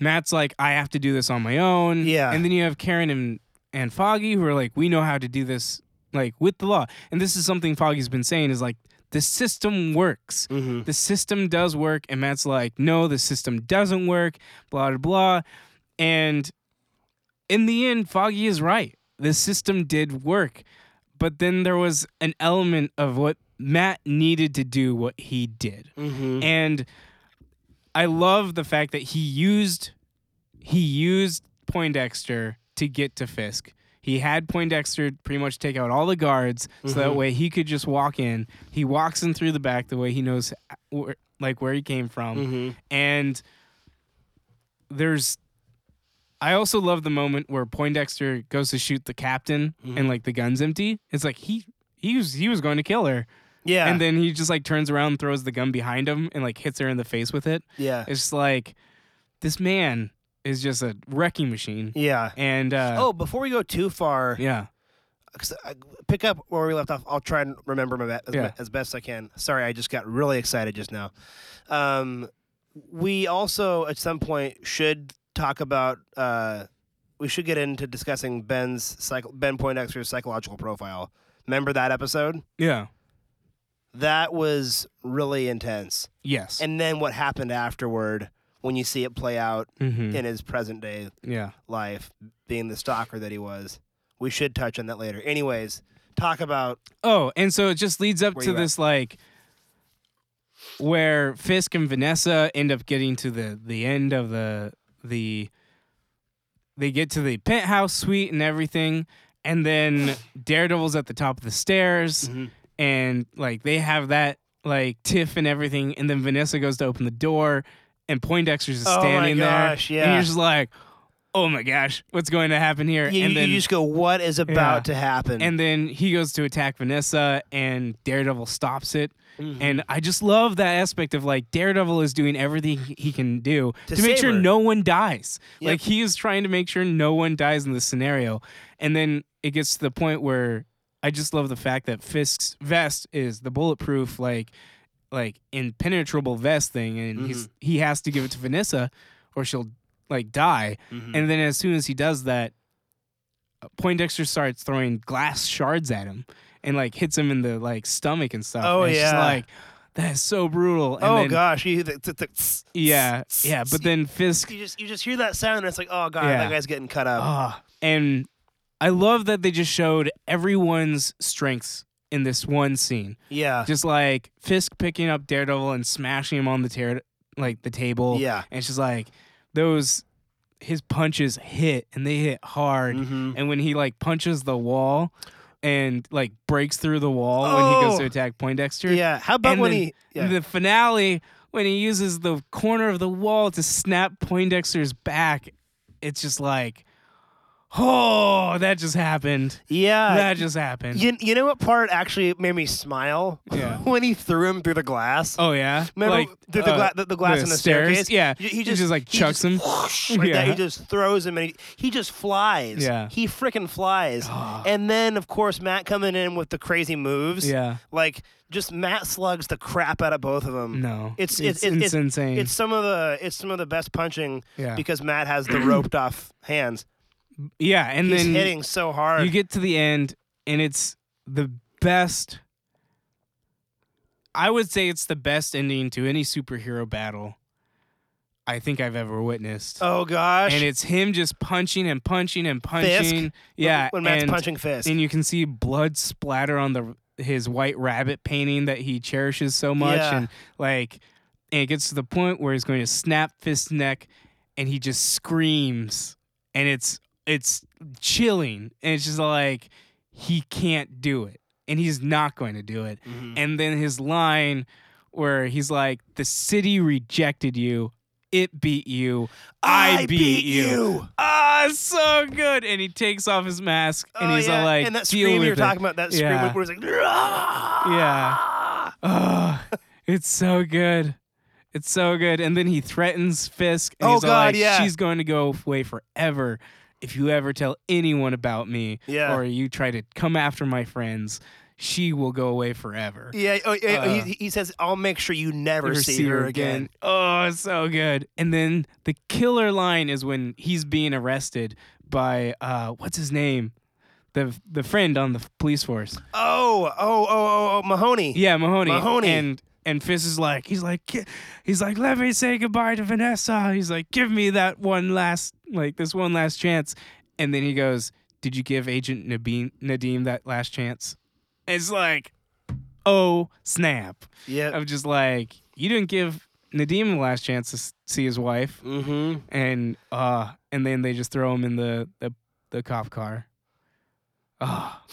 Matt's like I have to do this on my own.
Yeah.
And then you have Karen and and Foggy who are like we know how to do this like with the law. And this is something Foggy's been saying is like the system works
Mm-hmm.
the system does work. And Matt's like, no, the system doesn't work, blah, blah, blah. And in the end, Foggy is right. The system did work. But then there was an element of what Matt needed to do what he did.
Mm-hmm.
And I love the fact that he used he used Poindexter to get to Fisk. He had Poindexter pretty much take out all the guards, so that
Mhm.
way he could just walk in. He walks in through the back the way he knows, where, like where he came from.
Mm-hmm.
And there's, I also love the moment where Poindexter goes to shoot the captain,
Mhm.
and like the gun's empty. It's like he he was he was going to kill her,
Yeah.
and then he just like turns around, and throws the gun behind him, and like hits her in the face with it.
yeah.
It's just like this man is just a wrecking machine.
Yeah.
And uh,
oh, before we go too far,
yeah,
'cause I- pick up where we left off. I'll try and remember my be- as,
Yeah.
as best I can. Sorry, I just got really excited just now. Um, we also at some point should talk about. Uh, we should get into discussing Ben's psych- Ben Poindexter's psychological profile. Remember that episode?
yeah,
That was really intense.
yes,
And then what happened afterward when you see it play out
Mhm.
in his present day
yeah.
life, being the stalker that he was. We should touch on that later. Anyways, talk about
Oh, and so it just leads up
Where
to
you at?
this like where Fisk and Vanessa end up getting to the the end of the the they get to the penthouse suite and everything and then Daredevil's at the top of the stairs
Mm-hmm.
and like they have that like tiff and everything and then Vanessa goes to open the door and Poindexter's just
Oh my
standing
gosh,
there and
yeah.
you're just like oh my gosh what's going to happen here
you,
and
you
then
just go, what is about to happen?
and then he goes to attack Vanessa, and Daredevil stops it. And I just love that aspect of like Daredevil is doing everything he- he can do to,
To
make
save
sure
her.
no one dies.
Yep.
Like he is trying to make sure no one dies in this scenario. And then it gets to the point where I just love the fact that Fisk's vest is the bulletproof, like, like impenetrable vest thing, and he's
Mm-hmm.
he has to give it to Vanessa, or she'll like die.
Hmm.
And then as soon as he does that, uh, Poindexter starts throwing glass shards at him and like hits him in the like stomach and stuff.
Oh,
and it's just
yeah.
like that is so brutal. And
oh
then,
gosh, you, th- th- th-
yeah, yeah. But then Fisk,
you just you just hear that sound, and it's like, oh god,
Yeah.
that guy's getting cut up.
ah, and I love that they just showed everyone's strengths in this one scene.
yeah,
Just like Fisk picking up Daredevil and smashing him on the ter- like the table.
yeah.
and she's like, those his punches hit and they hit hard.
Mhm.
and when he like punches the wall and like breaks through the wall when he goes
Oh.
to attack Poindexter.
Yeah. How about
And
when
then
he? Yeah.
The finale when he uses the corner of the wall to snap Poindexter's back, it's just like, oh, that just happened.
Uh, yeah.
that just happened.
you, you know what part actually made me smile?
Yeah.
when he threw him through the glass.
Oh yeah,
Remember
like
the, the,
uh,
gla- the, the glass
the
in the
stairs?
staircase?
Yeah.
he,
He
just,
just, like,
he
chucks
just
him.
whoosh like that.
Yeah.
He just throws him, and he, he just flies.
Yeah. Oh.
he freaking flies. and then of course Matt coming in with the crazy moves.
Yeah.
like just Matt slugs the crap out of both of them.
No,
it's
it's,
it's, it's,
it's insane.
It's some of the it's some of the best punching
Yeah.
because Matt has the roped off hands.
yeah, and
He's
then
hitting so hard.
You get to the end, and it's the best. I would say it's the best ending to any superhero battle I think I've ever witnessed.
oh gosh!
and it's him just punching and punching and punching. Yeah,
when Matt's
and,
punching fist.
and you can see blood splatter on the his white rabbit painting that he cherishes so much,
Yeah.
and like, and it gets to the point where he's going to snap Fist's neck, and he just screams, and it's it's chilling, and it's just like he can't do it, and he's not going to do it,
Mm-hmm.
and then his line where he's like, "The city rejected you." It beat you. I, beat, you. Ah, it's so good. And he takes off his mask and
Oh,
he's
yeah.
all like,
and that
deal
scream
with
you're
it.
talking about, that scream
Yeah.
where it's like, "Rah!"
Yeah. Ah, it's so good. It's so good. And then he threatens Fisk. And
Oh,
he's all
God,
like,
yeah.
She's going to go away forever if you ever tell anyone about me
Yeah.
or you try to come after my friends. She will go away forever.
yeah. Oh, yeah
Uh,
he, he says, "I'll make sure you never,
Never
see her again."
Oh, it's so good. And then the killer line is when he's being arrested by uh, what's his name, the the friend on the police force.
Oh, oh, oh, oh, oh, Mahoney.
Yeah, Mahoney.
Mahoney.
And and Fizz is like, he's like, "Ki- he's like, let me say goodbye to Vanessa. He's like, give me that one last, like this one last chance. And then he goes, did you give Agent Nabeem, Nadim that last chance? It's like, oh snap!
Yep.
I'm just like, you didn't give Nadim the last chance to s- see his wife,
mm-hmm.
and uh, and then they just throw him in the the, the cop car. Ah,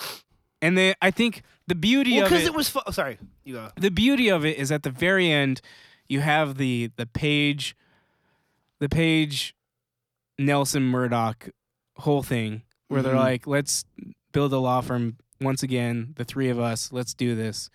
and then I think the beauty
Well,
of
because it, was. Fu- oh, sorry, you go.
the beauty of it is at the very end you have the the page the page Nelson Murdoch whole thing where they're
Mhm.
like let's build a law firm once again the three of us let's do this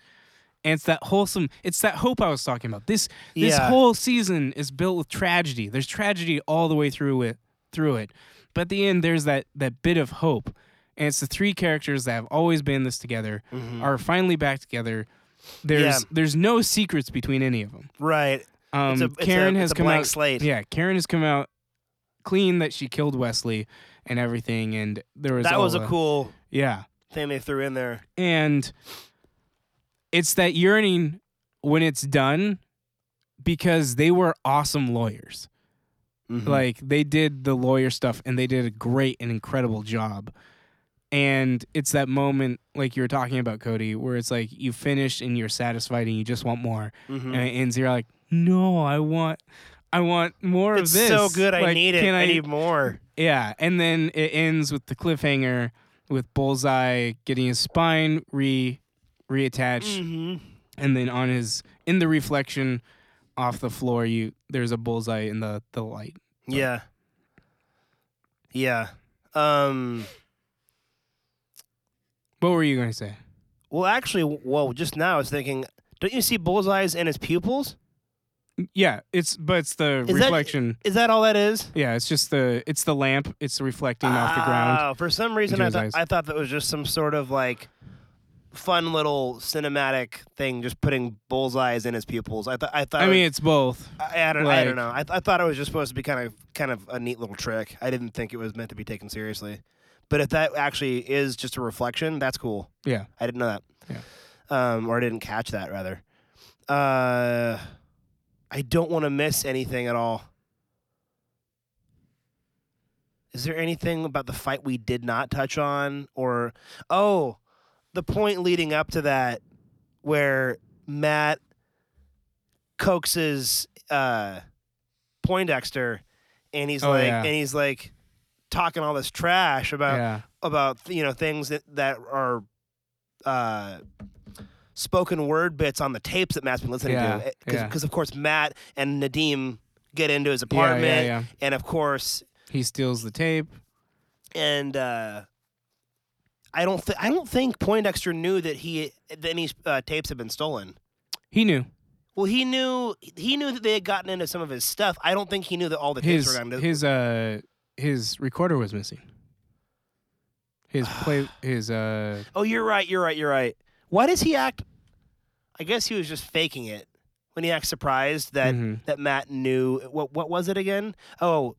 and it's that wholesome it's that hope I was talking about this this
Yeah.
whole season is built with tragedy there's tragedy all the way through it through it. But at the end, there's that that bit of hope, and it's the three characters that have always been this together are finally back together. There's
Mm. Yeah.
there's no secrets between any of them.
Right.
Um,
It's a- it's a-
Karen
it's
has
a
come
blank
out.
slate.
Yeah, Karen has come out clean that she killed Wesley and everything, and there was
That was
all
a cool
yeah,
thing they threw in there.
and it's that yearning when it's done because they were awesome lawyers.
Mm-hmm.
Like they did the lawyer stuff and they did a great and incredible job. And it's that moment like you were talking about, Cody, where it's like you finished and you're satisfied and you just want more.
Mhm.
And it ends you're like, No, I want I want more
it's
of this.
so good. I
Like,
need it.
can
I, need more.
Yeah. And then it ends with the cliffhanger with Bullseye getting his spine re reattached
hmm
and then on his in the reflection off the floor you there's a bullseye in the, the light.
Yeah. Yeah. Um.
What were you gonna say?
Well, actually, whoa! Just now, I was thinking. Don't you see bullseyes in his pupils?
Yeah, it's but it's the
Is that-
reflection.
Is that all that is?
yeah, it's just the it's the lamp. It's reflecting off the ground.
Oh, for some reason,
into
I,
his
thought
eyes.
I thought that was just some sort of like fun little cinematic thing, just putting bullseyes in his pupils. I thought I thought.
I
it
mean, it's both.
was- I, I don't, I
like-
don't know. I, th- I thought it was just supposed to be kind of kind of a neat little trick. I didn't think it was meant to be taken seriously. But if that actually is just a reflection, that's cool.
Yeah.
I didn't know that. Yeah. Um, or I didn't catch that rather. Uh, I don't want to miss anything at all. Is there anything about the fight we did not touch on, or oh, the point leading up to that, where Matt coaxes uh, Poindexter, and he's
Oh,
like,
yeah.
and he's like, talking all this trash about
yeah,
about you know things that that are uh, spoken word bits on the tapes that Matt's been listening
Yeah,
to.
yeah.
Because of course Matt and Nadim get into his
yeah,
apartment,
yeah, yeah.
and of course,
He steals the tape.
and uh, I don't thi- I don't think Poindexter knew that he that any uh, tapes had been stolen.
He knew
Well, he knew he knew that they had gotten into some of his stuff. I don't think he knew that all the tapes
his
were gotten.
his uh his recorder was missing. His play his uh
Oh, you're right. You're right. You're right. Why does he act? I guess he was just faking it when he acts surprised that
mhm,
that Matt knew. What what was it again? Oh,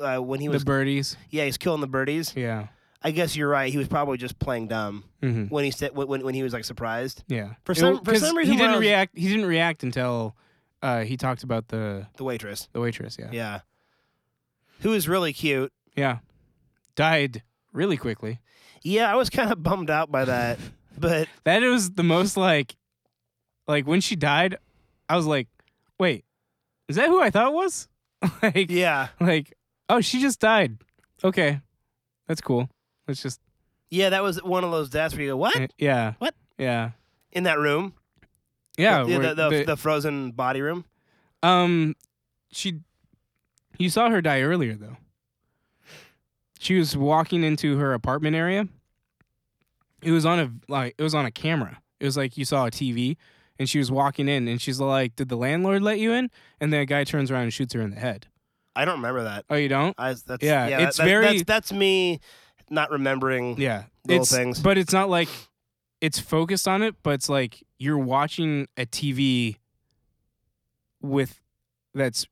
uh, when he
the
was
birdies.
yeah, he's killing the birdies.
Yeah.
I guess you're right. He was probably just playing dumb
hmm
when he said when when- when he was like surprised.
Yeah.
For
It-
some- for
'cause
some reason
he
when I
didn't
was-
react. He didn't react until uh he talked about the
The waitress.
the waitress. Yeah.
Yeah. Who is really cute.
Yeah. Died really quickly.
Yeah, I was kind of bummed out by that, but
That was the most like, like when she died, I was like, wait, is that who I thought it was? like,
yeah,
like, oh, she just died. Okay, that's cool. Let's just,
yeah, that was one of those deaths where you go, what?
eh, yeah,
What?
yeah,
In that room?
yeah.
the,
we're-
the, the,
the-
the frozen body room.
um, she, you saw her die earlier though. She was walking into her apartment area. It was on a like it was on a camera. It was like you saw a TV, and she was walking in, and she's like, "Did the landlord let you in?" And then a guy turns around and shoots her in the head.
I don't remember that.
Oh, you don't?
I, that's,
Yeah,
yeah,
it's
that-
very-
That's, that's me not remembering.
Yeah,
Little
it's,
things.
But it's not like it's focused on it, but it's like you're watching a TV with that's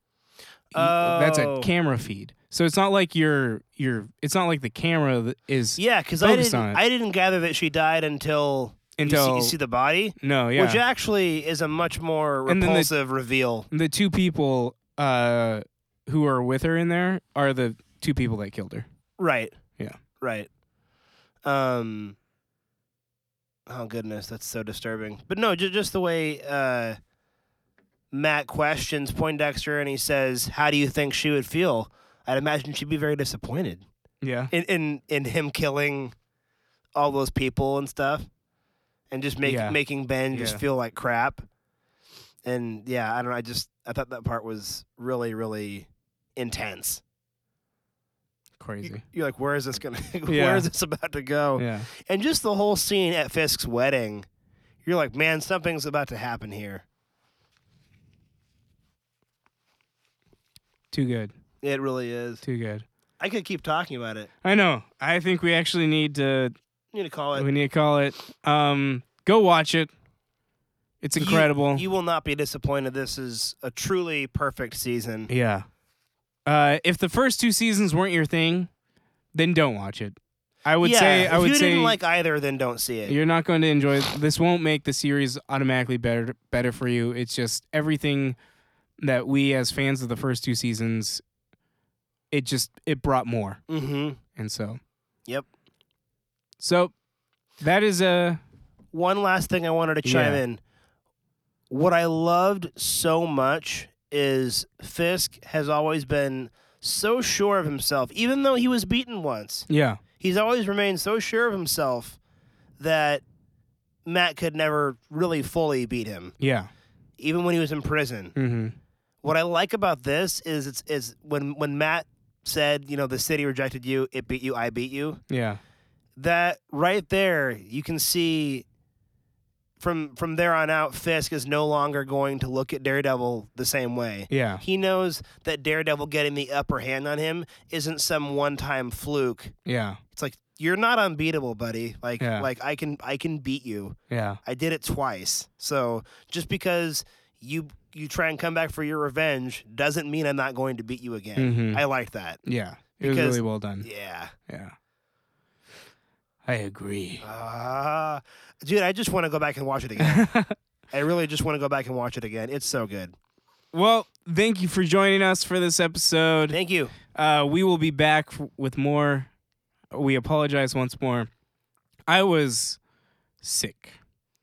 that's a
Oh.
camera feed. So it's not like you're you're. It's not like the camera th- is
Yeah, because I
Focus
didn't.
on it.
I didn't gather that she died until you see- you see,
until
the body,
no, Oh, yeah.
which actually is a much more
And then the-
repulsive reveal.
the two people uh who are with her in there are the two people that killed her.
Right.
Yeah.
Right. Um. Oh goodness, that's so disturbing. But no, just just the way uh, Matt questions Poindexter, and he says, "How do you think she would feel?" I'd imagine she'd be very disappointed.
Yeah,
in in, in him killing all those people and stuff, and just make,
Yeah.
making Ben just
Yeah.
feel like crap. And yeah, I don't know. I just I thought that part was really really intense. You-
crazy.
You're like, where is this gonna?
Yeah.
Where is this about to go?
Yeah,
And just the whole scene at Fisk's wedding, you're like, man, something's about to happen here.
too good,
It really is.
too good.
I I could keep talking about it.
I know. I think we actually need to
I'm gonna call it.
we need to call it. Um, go watch it. It's
You-
incredible.
You will not be disappointed. This is a truly perfect season.
yeah. Uh, if the first two seasons weren't your thing, then don't watch it. I would
yeah,
say
if
I would
you
say
didn't like either, then don't see it.
you're not going to enjoy this won't make the series automatically better better for you. It's just everything that we as fans of the first two seasons it just it brought more.
Mm-hmm.
And so
Yep.
So that is a
One last thing I wanted to chime
Yeah.
in. What I loved so much is Fisk has always been so sure of himself, even though he was beaten once.
yeah.
He's always remained so sure of himself that Matt could never really fully beat him,
Yeah.
even when he was in prison.
Mhm.
What I like about this is it's is when when Matt said, you know, the city rejected you, it beat you, I beat you.
Yeah.
That right there, you can see from from there on out, Fisk is no longer going to look at Daredevil the same way.
Yeah.
He knows that Daredevil getting the upper hand on him isn't some one time fluke.
Yeah.
It's like you're not unbeatable, buddy. Like
Yeah.
like I can I can beat you.
Yeah.
I did it twice. So just because you you try and come back for your revenge doesn't mean I'm not going to beat you again.
Mhm.
I like that.
Yeah. It was
Because-
really well done.
Yeah.
Yeah. I agree.
Ah, dude, I just want to go back and watch it again. I really just want to go back and watch it again. It's so good.
well, thank you for joining us for this episode.
Thank you.
Uh, we will be back f- with more. We apologize once more. I was sick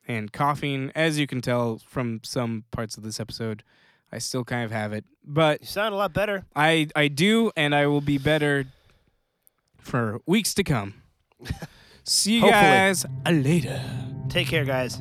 and coughing, as you can tell from some parts of this episode. I still kind of have it, but
You sound a lot better.
I I do, and I will be better for weeks to come. See you
Hopefully.
guys later.
Take care, guys.